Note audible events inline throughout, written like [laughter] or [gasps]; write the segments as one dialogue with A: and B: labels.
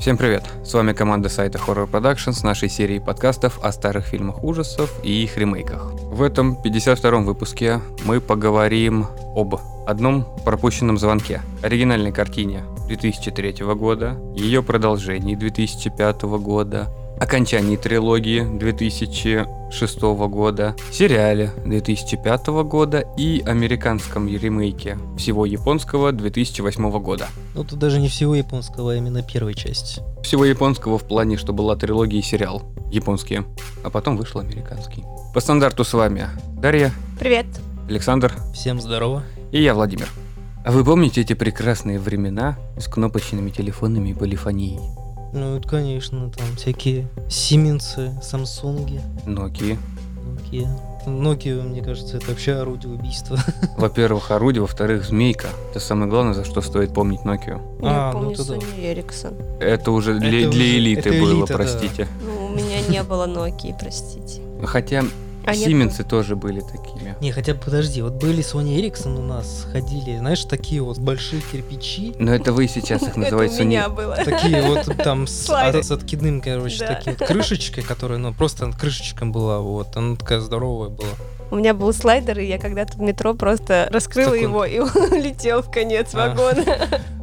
A: Всем привет! С вами команда сайта Horror Production с нашей серией подкастов о старых фильмах ужасов и их ремейках. В этом 52-м выпуске мы поговорим об одном пропущенном звонке, оригинальной картине 2003 года, ее продолжении 2005 года, окончании трилогии 2006 года, сериале 2005 года и американском ремейке всего японского 2008 года.
B: Ну тут даже не всего японского, а именно первой части.
A: Всего японского в плане, что была трилогия и сериал японские, а потом вышел американский. По стандарту с вами Дарья,
C: Привет.
A: Александр
B: Всем здорово.
A: и я, Владимир. А вы помните эти прекрасные времена с кнопочными телефонами и полифонией?
B: Ну это, конечно, там всякие Сименсы, Самсунги,
A: Nokia.
B: Nokia. Nokia, мне кажется, это вообще орудие убийства. [laughs]
A: Во-первых, орудие, во-вторых, змейка. Это самое главное, за что стоит помнить Nokia.
B: А,
C: я
B: ну
C: помню
B: то да.
C: Sony Ericsson.
A: Это уже для,
B: Это
A: для
B: уже-
A: элиты
B: это
A: было,
B: элита, да.
A: простите.
C: Ну, у меня не было Nokia, простите.
A: Хотя
C: А нет,
A: Сименсы тоже были такими.
B: Не, хотя бы подожди, вот были Sony Ericsson у нас, ходили, знаешь, такие вот большие кирпичи,
A: Но это вы сейчас их
C: ну, [laughs] Это у
A: называете Sony.
C: меня было.
B: такие вот там с,
C: Слайды.
B: от- с откидным, короче,
C: Да.
B: такие вот крышечкой, которая, ну, просто крышечка была, вот, она такая здоровая была.
C: У меня был слайдер, и я когда-то в метро просто раскрыла
B: Такой.
C: его, и [laughs] он летел в конец
B: А.
C: вагона.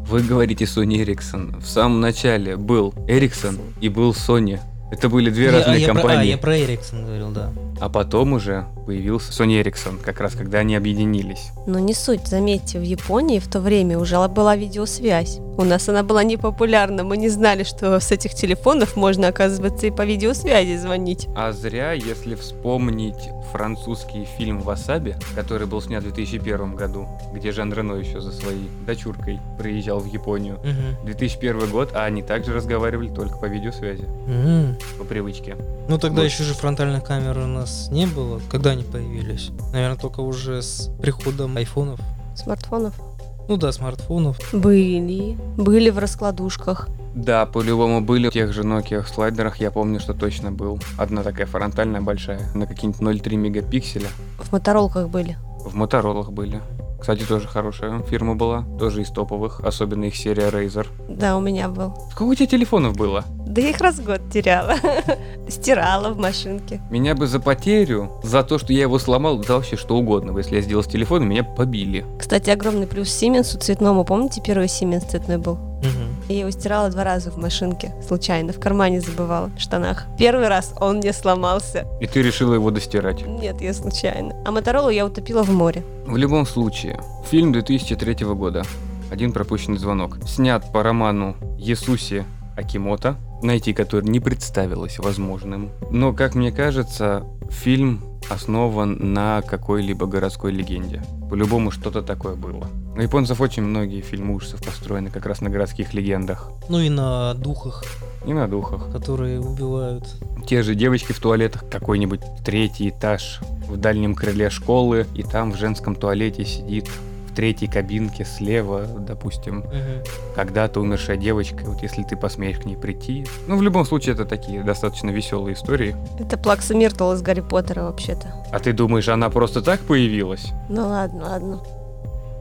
A: Вы говорите Sony Ericsson. В самом начале был Ericsson и был Sony. Это были две
B: Я- а,
A: разные
B: я про- а,
A: компании.
B: я про Ericsson говорил, да.
A: А потом уже появился Sony Ericsson, как раз когда они объединились.
C: Но Ну, не суть, заметьте, в Японии в то время уже была видеосвязь. У нас она была непопулярна, мы не знали, что с этих телефонов можно, оказывается, и по видеосвязи звонить.
A: А зря, если вспомнить французский фильм «Васаби», который был снят в 2001 году, где Жан Рено еще за своей дочуркой приезжал в Японию.
B: Мгм.
A: 2001 год, а они также разговаривали только по видеосвязи,
B: Мгм.
A: по привычке.
B: Ну тогда
A: Вот.
B: еще же фронтальных камер у нас не было, когда они появились. Наверное, только уже с приходом айфонов.
C: Смартфонов?
B: Ну да, смартфонов.
C: Были. Были в раскладушках.
A: Да, по-любому были в тех же Nokia слайдерах, я помню, что точно был. Одна такая фронтальная большая, на какие-нибудь 0,3 мегапикселя.
C: В моторолках были.
A: В Моторолах были. Кстати, тоже хорошая фирма была, тоже из топовых, особенно их серия Razer.
C: Да, у меня был.
A: Сколько у тебя телефонов было?
C: Да я их раз в год теряла. [laughs] Стирала в машинке.
A: Меня бы за потерю, за то, что я его сломал, да вообще что угодно. бы. Если я сделал с телефона, меня бы побили.
C: Кстати, огромный плюс Сименсу цветному. Помните, первый Сименс цветной был?
B: Мгм.
C: Я его стирала два раза в машинке, случайно, в кармане забывала, в штанах. Первый раз он мне сломался.
A: И ты решила его достирать.
C: Нет, я случайно. А Моторолу я утопила в море.
A: В любом случае, фильм 2003 года. Один пропущенный звонок. Снят по роману Есуси Акимота, найти который не представилось возможным. Но, как мне кажется, фильм основан на какой-либо городской легенде. По-любому что-то такое было. У японцев очень многие фильмы ужасов построены как раз на городских легендах.
B: Ну и на духах,
A: И на духах.
B: которые убивают.
A: Те же девочки в туалетах, какой-нибудь третий этаж в дальнем крыле школы, и там в женском туалете сидит в третьей кабинке слева, допустим,
B: Мгм.
A: когда-то умершая девочка, вот если ты посмеешь к ней прийти. Ну, в любом случае, это такие достаточно веселые истории.
C: Это Плакса Миртл из Гарри Поттера вообще-то.
A: А ты думаешь, она просто так появилась?
C: Ну ладно, ладно.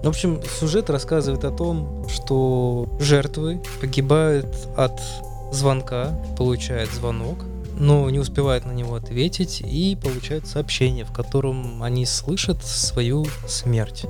B: В общем, сюжет рассказывает о том, что жертвы погибают от звонка, получают звонок, но не успевают на него ответить и получают сообщение, в котором они слышат свою смерть.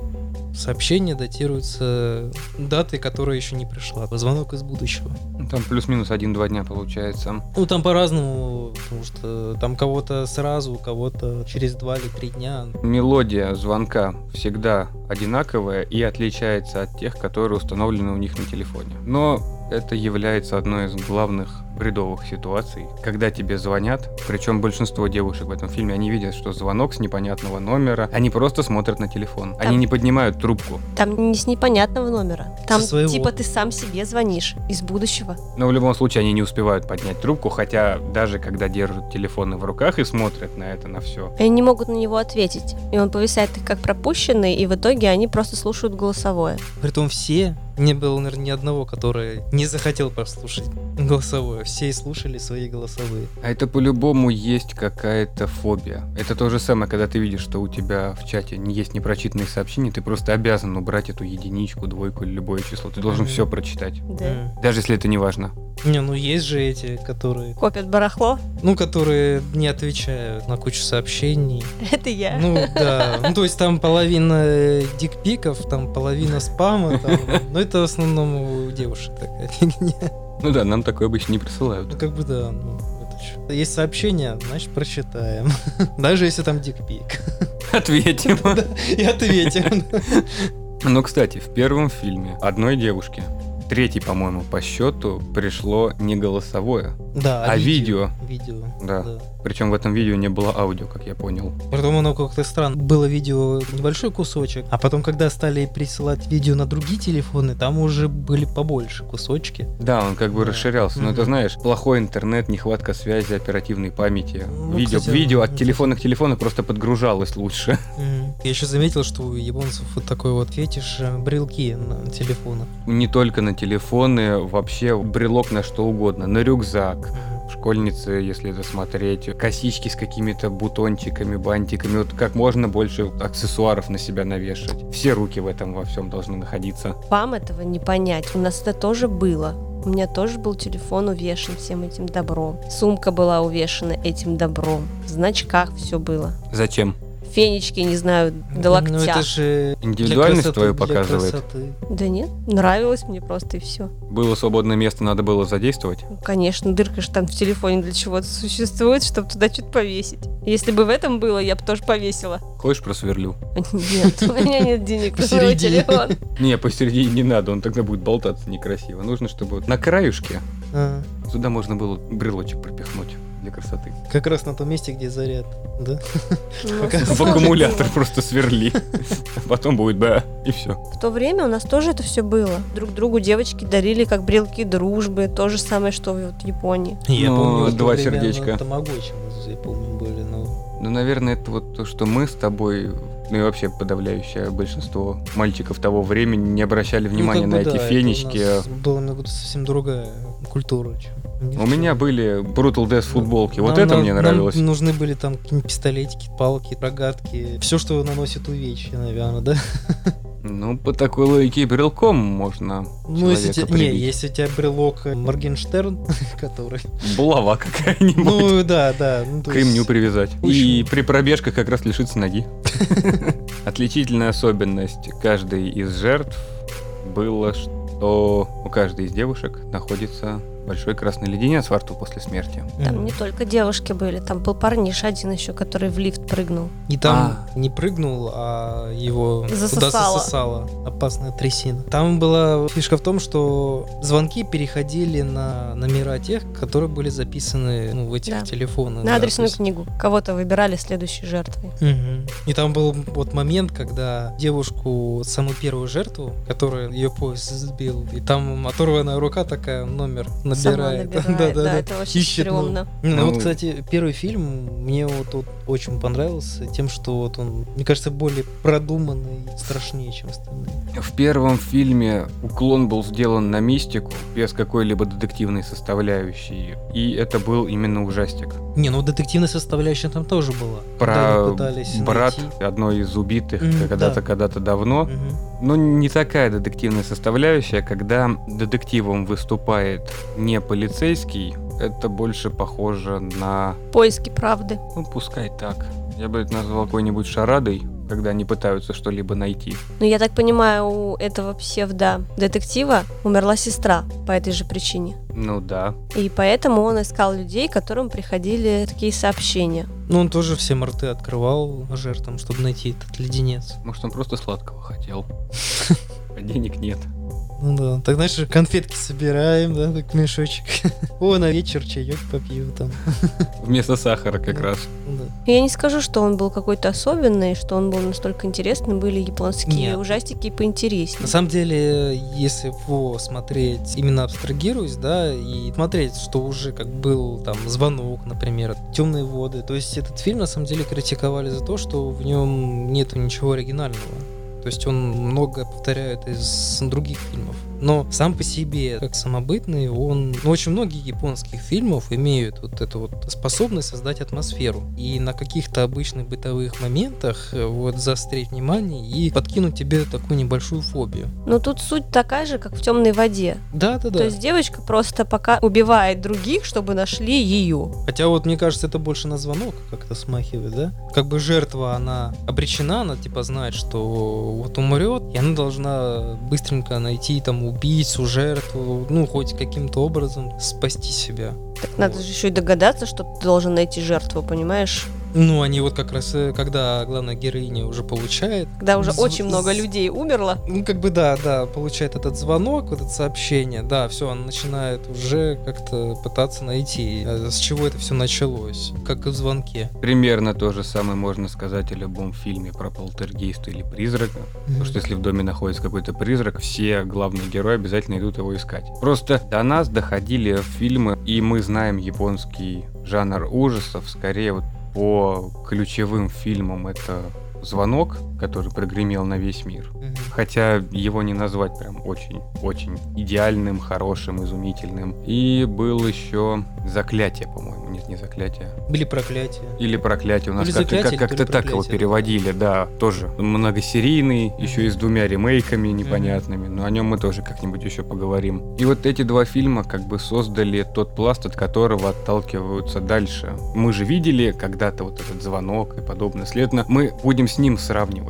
B: Сообщение датируется датой, которая еще не пришла. Звонок из будущего.
A: Ну, Там плюс-минус один-два дня получается.
B: Ну, там по-разному, потому что там кого-то сразу, у кого-то через два или три дня.
A: Мелодия звонка всегда одинаковая и отличается от тех, которые установлены у них на телефоне. Но это является одной из главных бредовых ситуаций, когда тебе звонят, причем большинство девушек в этом фильме, они видят, что звонок с непонятного номера, они просто смотрят на телефон, они
C: Там-
A: не поднимают трубку.
C: Там не с непонятного номера. Там
B: Со своего.
C: типа ты сам себе звонишь из будущего.
A: Но в любом случае они не успевают поднять трубку, хотя даже когда держат телефоны в руках и смотрят на это, на все,
C: И они не могут на него ответить. И он повисает их как пропущенный, и в итоге они просто слушают голосовое.
B: Притом все Не было, наверное, ни одного, который не захотел послушать голосовое. Все и слушали свои голосовые.
A: А это по-любому есть какая-то фобия. Это то же самое, когда ты видишь, что у тебя в чате не есть непрочитанные сообщения, ты просто обязан убрать эту единичку, двойку или любое число. Ты должен
B: Мгм.
A: все прочитать.
C: Да.
A: Даже если это не важно.
B: М. Не, ну есть же эти, которые...
C: Копят барахло. [laughs]
B: Ну, которые не отвечают на кучу сообщений.
C: Это я.
B: Ну, да. Ну, то есть там половина э, дикпиков, там половина спама. Там... Ну, это в основном у девушек такая фигня.
A: Ну да, нам такое обычно не
B: Ну,
A: присылают.
B: как бы да, ну, это чё. Есть сообщение, значит, прочитаем. [laughs] Даже если там дикпик.
A: [laughs] Ответим.
B: И ответим.
A: Но, кстати, в первом фильме одной девушке, третий, по-моему, по счету, пришло не голосовое.
B: Да,
A: А
B: Видео.
A: Да.
B: да.
A: Причем в этом видео не было аудио, как я понял.
B: Потом оно как-то странно. Было видео небольшой кусочек, а потом, когда стали присылать видео на другие телефоны, там уже были побольше кусочки.
A: Да, он как бы
B: Да.
A: расширялся. Но
B: Мгм.
A: ты знаешь, плохой интернет, нехватка связи, оперативной памяти.
B: Ну,
A: видео,
B: кстати,
A: видео от
B: да.
A: телефона к телефону просто подгружалось лучше. [laughs]
B: Я еще заметил, что у японцев вот такой вот фетиш э, брелки на телефонах.
A: Не только на телефоны, вообще брелок на что угодно. На рюкзак, школьницы, если это смотреть, косички с какими-то бутончиками, бантиками, вот как можно больше аксессуаров на себя навешать. Все руки в этом во всем должны находиться.
C: Вам этого не понять. У нас это тоже было. У меня тоже был телефон увешан всем этим добром. Сумка была увешана этим добром. В значках все было.
A: Зачем?
C: Фенечки, не знаю, до локтя.
B: Ну это же для
A: Индивидуальность
B: красоты,
A: твою
B: для
A: показывает.
B: красоты.
C: Да нет, нравилось мне просто и все.
A: Было свободное место, надо было задействовать.
C: Конечно, дырка же там в телефоне для чего-то существует, чтобы туда что-то повесить. Если бы в этом было, я бы тоже
B: [laughs]
C: повесила.
A: Хочешь, просверлю?
C: Нет, [laughs] у меня нет денег на свой
B: Посередине.
C: телефон.
B: [laughs]
A: Не, посередине не надо, он тогда будет болтаться некрасиво. Нужно, чтобы вот на краюшке
B: А,
A: сюда можно было брелочек пропихнуть для красоты.
B: Как раз на том месте, где заряд. Да?
C: Ну,
B: Пока-
A: В
C: сложно
A: аккумулятор
C: было.
A: просто [laughs] сверли. А Потом будет да, и все.
C: В то время у нас тоже это все было. Друг другу девочки дарили как брелки дружбы, то же самое, что вот в Японии.
A: Я Ну, помню, в то два
B: два
A: время, ну, сердечка.
B: сердечка. я помню, были, но...
A: Ну, наверное, это вот то, что мы с тобой, ну и вообще подавляющее большинство мальчиков того времени не обращали
B: Ну,
A: внимания на эти фенечки.
B: Была ну, совсем другая культура. чем
A: У меня были Brutal Death футболки. Вот
B: Нам-
A: это
B: нам-
A: мне
B: нам
A: нравилось.
B: нужны были там какие-нибудь пистолетики, палки, рогатки. Все, что наносит увечья,
A: [laughs]
B: наверное, да?
A: Ну, по такой логике и брелком можно
B: Ну, если
A: Человека
B: те- не,
A: прибить.
B: если у тебя брелок э, Моргенштерн, [laughs]
A: [laughs]
B: который...
A: булава какая-нибудь.
B: Ну, да, да. ну,
A: к
B: то есть-
A: ремню привязать. И
B: Очень-
A: при пробежках как раз лишиться
B: [laughs]
A: ноги. Отличительная особенность каждой из жертв было, что у каждой из девушек находится большой красный леденец во рту после смерти.
C: Там
B: Мгм.
C: не только девушки были, там был парниш один еще, который в лифт прыгнул.
B: И там
A: А.
B: не прыгнул, а его туда
C: Засосало.
B: засосала опасная трясина. Там была фишка в том, что звонки переходили на номера тех, которые были записаны ну, в этих
C: Да.
B: телефонах.
C: На
B: да,
C: адресную
B: то есть-
C: книгу. Кого-то выбирали следующей жертвой.
B: Мгм. И там был вот момент, когда девушку, самую первую жертву, которая ее поезд сбил, и там оторванная рука такая номер
C: Сама
B: [laughs] набирает.
C: набирает. Да, это очень
B: Ищет, ну,
C: стрёмно.
B: Ну,
A: Ну,
B: вот, кстати, первый фильм мне вот, вот очень понравился тем, что вот он, мне кажется, более продуманный и страшнее, чем остальные.
A: В первом фильме уклон был сделан на мистику, без какой-либо детективной составляющей. И это был именно ужастик.
B: Не, ну детективная составляющая там тоже была. Когда
A: Про
B: они пытались
A: брат
B: найти.
A: одной из убитых
B: М, да.
A: когда-то, когда-то давно.
B: Мгм.
A: Но Ну, не такая детективная составляющая, когда детективом выступает не полицейский, это больше похоже на...
C: Поиски правды.
A: Ну, пускай так. Я бы это назвал какой-нибудь шарадой, когда они пытаются что-либо найти.
C: Но я так понимаю, у этого псевдо детектива умерла сестра по этой же причине.
A: Ну да.
C: И поэтому он искал людей, которым приходили такие сообщения.
B: Ну, он тоже все рты открывал жертвам, чтобы найти этот леденец.
A: Может, он просто сладкого хотел. [laughs] А денег нет.
B: Ну да, так знаешь, конфетки собираем, да, как мешочек. [laughs] О, на вечер чаек попью там.
A: Вместо сахара как
B: Да.
A: раз.
B: Ну да.
C: Я не скажу, что он был какой-то особенный, что он был настолько интересный, были японские
B: Нет.
C: ужастики
B: На
C: поинтереснее.
B: самом деле, если его смотреть, именно абстрагируясь, да, и смотреть, что уже как был там звонок, например, темные воды. То есть этот фильм на самом деле критиковали за то, что в нем нету ничего оригинального. То есть он много повторяет из других фильмов. Но сам по себе, как самобытный, он... Ну, очень многие японских фильмов имеют вот эту вот способность создать атмосферу. И на каких-то обычных бытовых моментах э, вот заострить внимание и подкинуть тебе такую небольшую фобию.
C: Но тут суть такая же, как в темной воде.
B: Да-да-да.
C: То есть девочка просто пока убивает других, чтобы нашли ее.
B: Хотя вот мне кажется, это больше на звонок как-то смахивает, да? Как бы жертва, она обречена, она типа знает, что вот умрет, и она должна быстренько найти там убийцу, жертву, ну хоть каким-то образом спасти себя.
C: Так надо же еще и догадаться, что ты должен найти жертву, понимаешь?
B: Ну, они вот как раз, э, когда главная героиня уже получает,
C: Когда уже
B: З-
C: очень много
B: з-
C: людей умерло.
B: ну как бы да, да, получает этот звонок, вот это сообщение, да, все, она начинает уже как-то пытаться найти, э, с чего это все началось, как и в звонке.
A: Примерно то же самое можно сказать о любом фильме про полтергейста или призрака. Потому что если в доме находится какой-то призрак, все главные герои обязательно идут его искать. Просто до нас доходили фильмы, и мы знаем японский жанр ужасов, скорее вот по ключевым фильмам это «Звонок», который прогремел на весь мир.
B: Мгм.
A: Хотя его не назвать прям очень-очень идеальным, хорошим, изумительным. И был еще «Заклятие», по-моему. Нет, не «Заклятие».
B: Были проклятия.
A: Или проклятие у нас
B: Или
A: как-то
B: «Заклятие»,
A: как, как-то
B: или
A: так его
B: «Проклятие», да.
A: переводили, да, тоже многосерийный, еще и с двумя ремейками непонятными, но о нем мы тоже как-нибудь еще поговорим. И вот эти два фильма как бы создали тот пласт, от которого отталкиваются дальше. Мы же видели когда-то вот этот звонок и подобное, следовательно, мы будем с ним сравнивать.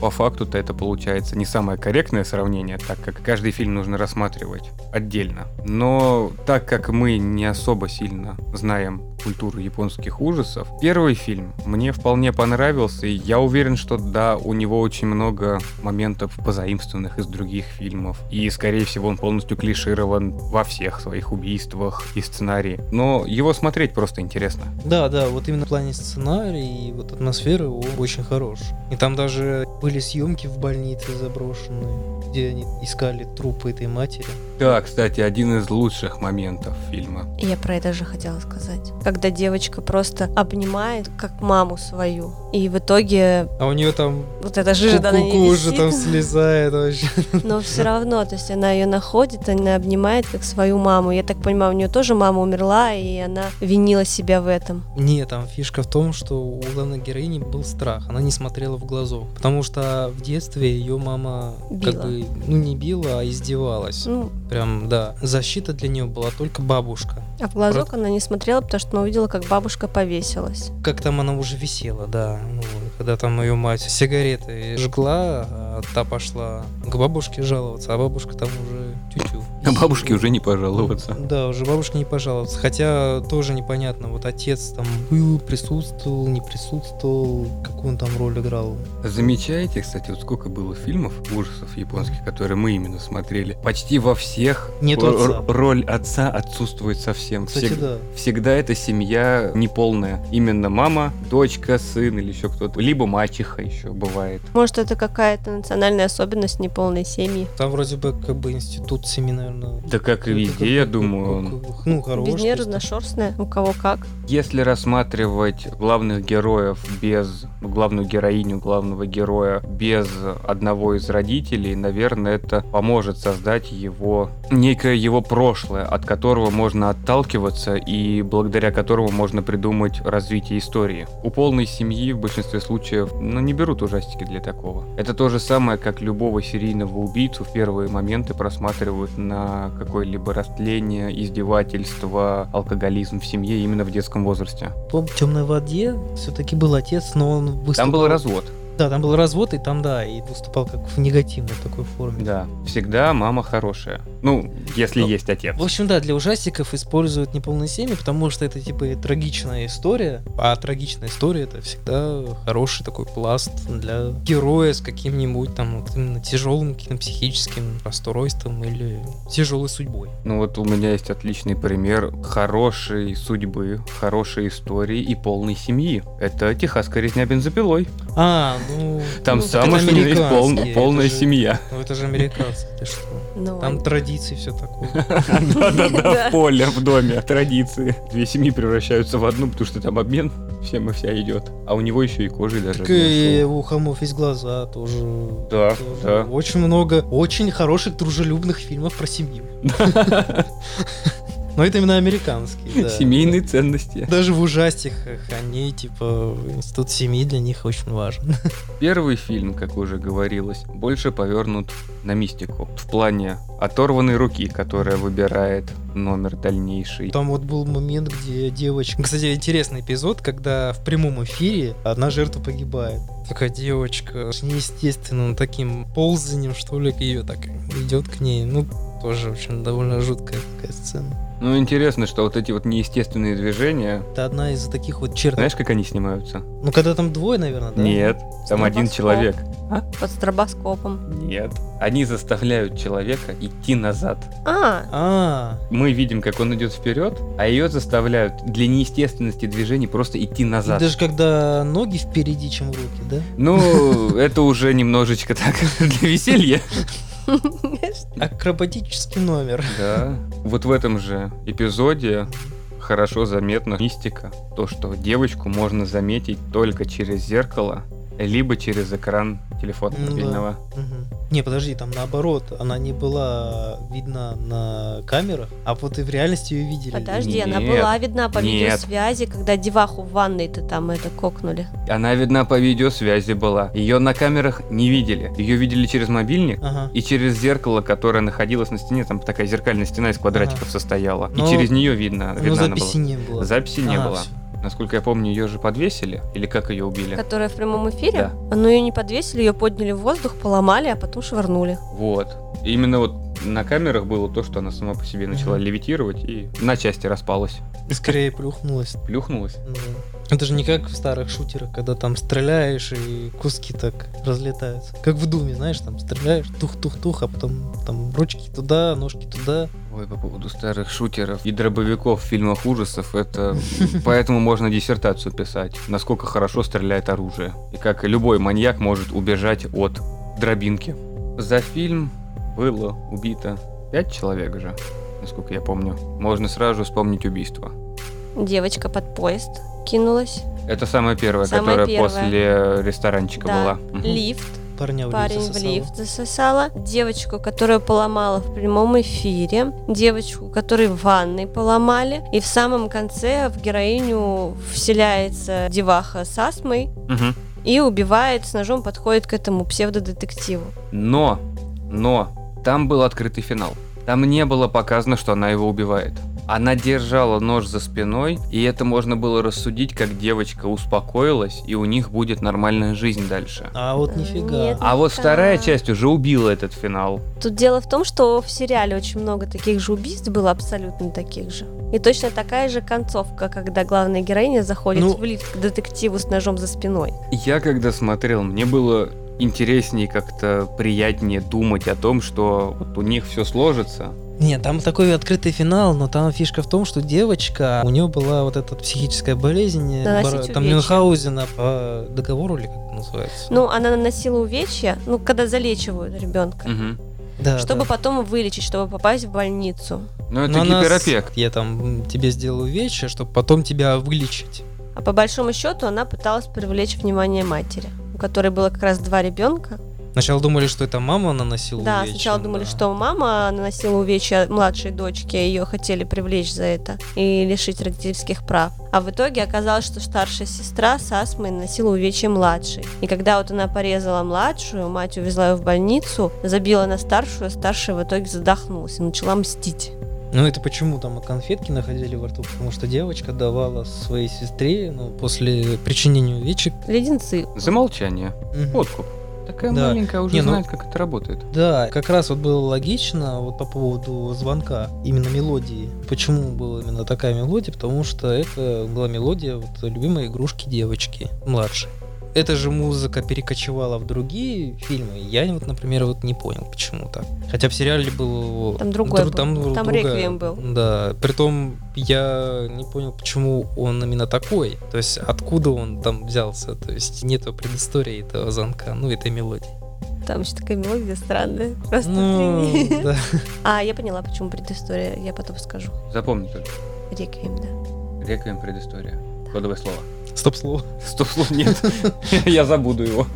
A: По факту-то это получается не самое корректное сравнение, так как каждый фильм нужно рассматривать отдельно. Но так как мы не особо сильно знаем культуру японских ужасов, первый фильм мне вполне понравился, и я уверен, что да, у него очень много моментов позаимствованных из других фильмов, и, скорее всего, он полностью клиширован во всех своих убийствах и сценарии. Но его смотреть просто интересно.
B: Да, да, вот именно в плане сценария и вот атмосферы он очень хорош. И там даже были съемки в больнице заброшенные, где они искали трупы этой матери.
A: Да, кстати, один из лучших моментов фильма.
C: Я про это же хотела сказать. Когда девочка просто обнимает, как маму свою. И в итоге
B: А у нее там
C: вот эта жижа да, она не
B: ку-ку уже
C: висит.
B: там слезает вообще.
C: Но все равно, то есть она ее находит, она обнимает как свою маму. Я так понимаю, у нее тоже мама умерла, и она винила себя в этом.
B: Не, там фишка в том, что у главной героини был страх. Она не смотрела в глазок. Потому что в детстве ее мама
C: Била.
B: как бы, ну не била, а издевалась.
C: Ну,
B: Прям, да. Защита для нее была только бабушка.
C: а в глазок она не смотрела, потому что она увидела, как бабушка повесилась.
B: как там она уже висела, да. Ну, когда там ее мать сигареты жгла, а та пошла к бабушке жаловаться, а бабушка там уже тю-тю.
A: А бабушке уже не пожаловаться.
B: Да, уже бабушке не пожаловаться. Хотя тоже непонятно, вот отец там был, присутствовал, не присутствовал, какую он там роль играл.
A: Замечаете, кстати, вот сколько было фильмов ужасов японских, которые мы именно смотрели? Почти во всех
B: Нет
A: р-
B: отца.
A: р- роль отца отсутствует совсем.
B: Кстати,
A: Всег-
B: да.
A: Всегда это семья неполная. Именно мама, дочка, сын или еще кто-то. Либо мачеха еще бывает.
C: Может, это какая-то национальная особенность неполной семьи.
B: Там вроде бы как бы институт семи, наверное.
A: Да как и везде, я думаю.
B: Ну, хорош.
C: Везде
B: то есть там.
C: разношерстная, у кого как.
A: Если рассматривать главных героев без ну, главную героиню, главного героя без одного из родителей, наверное, это поможет создать его некое его прошлое, от которого можно отталкиваться и благодаря которому можно придумать развитие истории. У полной семьи в большинстве случаев ну, не берут ужастики для такого. Это то же самое, как любого серийного убийцу в первые моменты просматривают на какое-либо растление, издевательство, алкоголизм в семье именно в детском возрасте.
B: Пом- В темной воде все-таки был отец, но он
A: Там
B: выступал-
A: был развод.
B: Да, там был развод, и там, да, и выступал как в негативной такой форме.
A: Да. Всегда мама хорошая. Ну, если
B: Ну,
A: есть отец.
B: В общем, да, для ужастиков используют неполные семьи, потому что это типа и трагичная история, а трагичная история это всегда хороший такой пласт для героя с каким-нибудь там вот именно тяжелым каким-то психическим расстройством или тяжелой судьбой.
A: Ну вот у меня есть отличный пример хорошей судьбы, хорошей истории и полной семьи. Это техасская резня бензопилой.
B: А, Ну, [laughs]
A: Там
B: ну, так это
A: самых
B: американские,
A: пол-
B: это
A: полная
B: же-
A: семья.
B: Ну это же американцы, ты что?
C: Ну,
B: Там традиции все такое.
C: Да.
A: [laughs] Да-да-да, поле в доме, традиции. Две семьи превращаются в одну, потому что там обмен всем и вся идет. А у него еще и кожей даже.
B: Так
A: обмен
B: и
A: шел.
B: у хамов есть глаза тоже.
A: Да,
B: тоже.
A: да.
B: Очень много очень хороших дружелюбных фильмов
A: [laughs]
B: про семью. Но это именно американские. да.
A: Семейные ценности.
B: Даже в ужастиках они, типа, институт семьи для них очень важен.
A: [laughs] Первый фильм, как уже говорилось, больше повернут на мистику. В плане оторванной руки, которая выбирает номер дальнейший.
B: Там вот был момент, где девочка... Кстати, интересный эпизод, когда в прямом эфире одна жертва погибает. Такая девочка с неестественным таким ползанием, что ли, ее так идет к ней. Ну, тоже, в общем, довольно жуткая такая сцена.
A: Ну, интересно, что вот эти вот неестественные движения...
B: Это одна из таких вот черт.
A: Знаешь, как они снимаются?
B: Ну, когда там двое, наверное, да?
A: Нет, там один
C: Стробоскоп.
A: человек.
C: под стробоскопом.
A: Нет. Они заставляют человека идти назад.
C: А, [laughs]
B: А,
A: Мы видим, как он идет вперед, а ее заставляют для неестественности движений просто идти назад.
B: даже когда ноги впереди, чем руки, да?
A: Ну, это уже немножечко так [laughs] для веселья.
B: Акробатический номер.
A: Да. Вот в этом же эпизоде хорошо заметна мистика. То, что девочку можно заметить только через зеркало, либо через экран телефона
B: Ну да.
A: мобильного.
B: Мгм. Не, подожди, там наоборот, она не была видна на камерах, а вот и в реальности ее видели.
C: подожди, она
A: Нет,
C: была видна по
A: нет.
C: видеосвязи, когда деваху в ванной-то там это кокнули.
A: Она видна по видеосвязи была. Ее на камерах не видели. Ее видели через мобильник
B: Ага.
A: и через зеркало, которое находилось на стене. Там такая зеркальная стена из квадратиков
B: Ага.
A: состояла.
B: Но-
A: И через нее видно.
B: Но
A: видна она была.
B: Ну, записи не было.
A: Записи не
B: А,
A: было.
B: всё.
A: Насколько я помню, ее же подвесили. Или как ее убили?
C: Которая в прямом эфире.
A: Да.
C: Но ее не подвесили, ее подняли в воздух, поломали, а потом швырнули.
A: Вот. И Именно вот на камерах было то, что она сама по себе начала
B: Мгм.
A: левитировать и на части распалась.
B: И Скорее плюхнулась.
A: Плюхнулась.
B: Ну, Это же не как в старых шутерах, когда там стреляешь и куски так разлетаются. Как в Думе, знаешь, там стреляешь, тух-тух-тух, а потом там ручки туда, ножки туда.
A: Ой, по поводу старых шутеров и дробовиков в фильмах ужасов, это... Поэтому можно диссертацию писать, насколько хорошо стреляет оружие. И как любой маньяк может убежать от дробинки. За фильм было убито пять человек же, насколько я помню. Можно сразу вспомнить убийство.
C: Девочка под поезд кинулась.
A: Это самое первое,
C: Самое
A: которое
C: первое.
A: после ресторанчика
C: Да.
A: была. Мгм.
C: Лифт.
B: Парня А в
C: Парень
B: лифте
C: в
B: сосало.
C: лифт засосала. Девочку, которую поломала в прямом эфире. Девочку, которой в ванной поломали. И в самом конце в героиню вселяется деваха с астмой
A: Мгм.
C: и убивает с ножом, подходит к этому псевдодетективу.
A: Но, но, там был открытый финал. Там не было показано, что она его убивает. Она держала нож за спиной, и это можно было рассудить, как девочка успокоилась, и у них будет нормальная жизнь дальше.
B: А вот нифига.
C: Э, Нет.
A: А вот
C: Да.
A: вторая часть уже убила этот финал.
C: Тут дело в том, что в сериале очень много таких же убийств было, абсолютно таких же. И точно такая же концовка, когда главная героиня заходит
B: Ну-
C: в лифт к детективу с ножом за спиной.
A: Я когда смотрел, мне было интереснее, как-то приятнее думать о том, что вот у них все сложится.
B: Нет, там такой открытый финал, но там фишка в том, что девочка, у нее была вот эта психическая болезнь,
C: Наносить
B: там
C: увечья.
B: Мюнхгаузена по договору или как это называется?
C: Ну, она наносила увечья, ну, когда залечивают ребенка.
A: Мгм.
B: да,
C: чтобы
B: да.
C: потом вылечить, чтобы попасть в больницу.
A: Ну это
B: Но она с-
A: гиперопек.
B: Я там м, тебе сделаю вещи, чтобы потом тебя вылечить.
C: А по большому счету она пыталась привлечь внимание матери, у которой было как раз два ребенка.
B: Сначала думали, что это мама наносила
C: да,
B: увечья,
C: сначала думали,
B: да.
C: что мама наносила увечья младшей дочке, ее хотели привлечь за это и лишить родительских прав. А в итоге оказалось, что старшая сестра с астмой наносила увечья младшей. И когда вот она порезала младшую, мать увезла ее в больницу, забила на старшую, а старшая в итоге задохнулась и начала мстить.
B: Ну это почему там конфетки находили во рту? Потому что девочка давала своей сестре, ну, после причинения увечек.
C: Леденцы.
A: Замолчание.
B: Мгм.
A: Подкуп. Такая
B: Да.
A: маленькая уже
B: Не, ну-
A: знает, как это работает.
B: Да, как раз вот было логично вот по поводу звонка, именно мелодии. Почему была именно такая мелодия? Потому что это была мелодия вот любимой игрушки девочки, младшей. эта же музыка перекочевала в другие фильмы. Я вот, например, вот не понял, почему так. Хотя в сериале был...
C: Там другой был.
B: Там, был
C: Там
B: другая-
C: «Реквием» был.
B: Да. Притом я не понял, почему он именно такой. То есть откуда он там взялся. То есть нету предыстории этого звонка, ну, этой мелодии.
C: Там еще такая мелодия странная. Просто
B: Ну,
C: три.
B: да.
C: [laughs] А, я поняла, почему предыстория. Я потом скажу.
A: Запомни только.
C: Реквием, да.
A: Реквием предыстория. Кодовое слово.
B: Стоп-слово.
A: Стоп слов нет. [laughs] Я забуду его.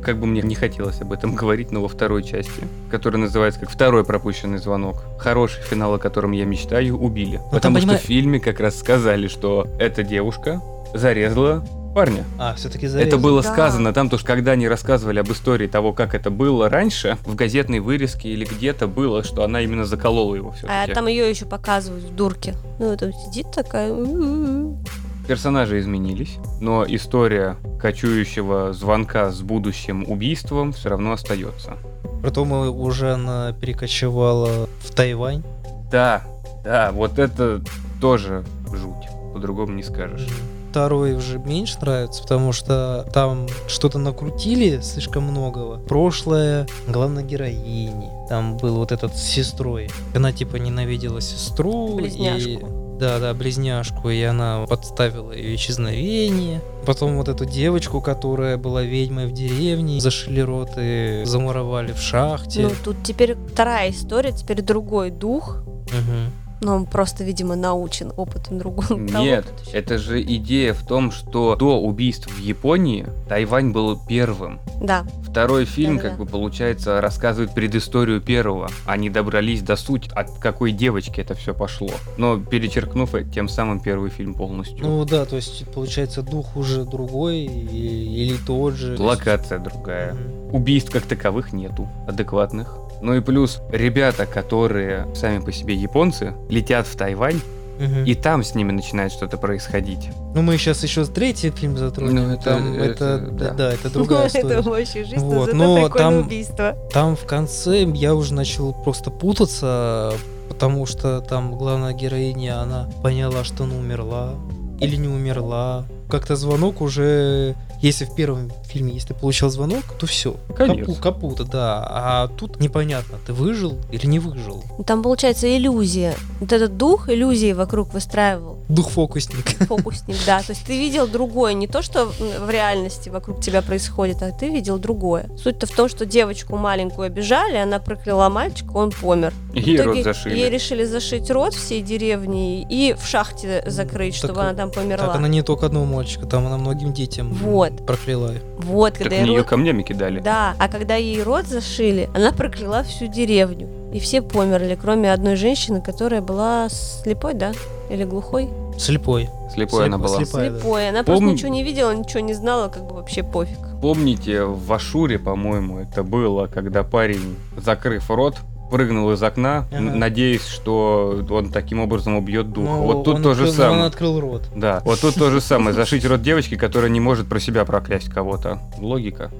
A: Как бы мне не хотелось об этом говорить, но во второй части, которая называется как «Второй пропущенный звонок», хороший финал, о котором я мечтаю, убили.
C: Ну,
B: там,
A: Потому что в
B: понимаю-
A: фильме как раз сказали, что эта девушка зарезала парня.
B: А, все-таки
A: Это было
C: Да.
A: сказано там, потому что когда они рассказывали об истории того, как это было раньше, в газетной вырезке или где-то было, что она именно заколола его
C: А
A: все-таки.
C: там ее еще показывают в дурке. Ну, это сидит такая. «М-м-м». «У-у-у».
A: Персонажи изменились, но история кочующего звонка с будущим убийством все равно остается.
B: Притом э, уже она перекочевала в Тайвань.
A: Да, да, вот это тоже жуть. По-другому не
B: [laughs]
A: скажешь.
B: Второй уже меньше нравится, потому что там что-то накрутили слишком многого. Прошлое, главной героини. Там был вот этот с сестрой. Она типа ненавидела сестру. И...
C: Близняшку.
B: Да, да, близняшку, и она подставила ее исчезновение. Потом вот эту девочку, которая была ведьмой в деревне, зашили рот и замуровали в шахте.
C: Ну, тут теперь вторая история, теперь другой дух.
B: Мгм.
C: Но он просто, видимо, научен опытом другого.
A: Нет,
C: того, что-
A: это же идея в том, что до убийств в Японии Тайвань был первым.
C: Да. [laughs]
A: Второй фильм,
C: Да-да-да.
A: как бы получается, рассказывает предысторию первого. Они добрались до сути, от какой девочки это все пошло. Но перечеркнув э, тем самым первый фильм полностью.
B: Ну да, то есть получается дух уже другой и- или тот же.
A: Локация другая.
B: Мгм.
A: убийств как таковых нету, адекватных. Ну и плюс, ребята, которые сами по себе японцы, летят в Тайвань,
B: Мгм.
A: и там с ними начинает что-то происходить.
B: Ну мы сейчас еще третий фильм затронем.
A: Ну, это-
B: там это,
A: это- да.
B: да. это другая
C: Ну, Это
B: история.
C: вообще жизнь,
B: Вот,
C: зато
B: но
C: прикольное
B: там-
C: убийство.
B: Там в конце я уже начал просто путаться, потому что там главная героиня, она поняла, что она умерла или не умерла. Как-то звонок уже, если в первом фильме, если ты получил звонок, то все.
A: Конец.
B: капута, да. А тут непонятно, ты выжил или не выжил.
C: Ну, Там, получается, иллюзия. Вот этот дух иллюзии вокруг выстраивал.
B: Дух фокусника.
C: Фокусник, да. То есть ты видел другое, не то, что в в реальности вокруг тебя происходит, а ты видел другое. Суть-то в том, что девочку маленькую обижали, она прокляла мальчика, он помер. В
A: И рот
C: итоге
A: зашили.
C: Ей решили зашить рот всей деревни и в шахте закрыть,
B: Так
C: чтобы она там померла.
B: Так, она не только одного мальчика, там она многим детям
C: Вот.
B: прокляла их.
C: Вот,
A: Так
C: когда
A: в
C: ей
A: нее
C: рот...
A: камнями кидали.
C: Да, а когда ей рот зашили, она прокляла всю деревню. И все померли, кроме одной женщины, которая была слепой, да? Или глухой?
B: Слепой.
A: Слепой она
B: Слеп-
A: была.
B: слеп- Слепая, да.
C: Слепой. Она
A: Помню.
C: просто ничего не видела, ничего не знала, как бы вообще пофиг.
A: Помните, в Ашуре, по-моему, это было, когда парень, закрыв рот, прыгнул из окна,
B: Ага.
A: н- надеясь, что он таким образом убьет духа.
B: Ну,
A: вот тут
B: он
A: то же
B: открыл-
A: самое.
B: Он открыл рот.
A: Да, вот тут то же самое. Зашить рот девочки, которая не может про себя проклясть кого-то. Логика.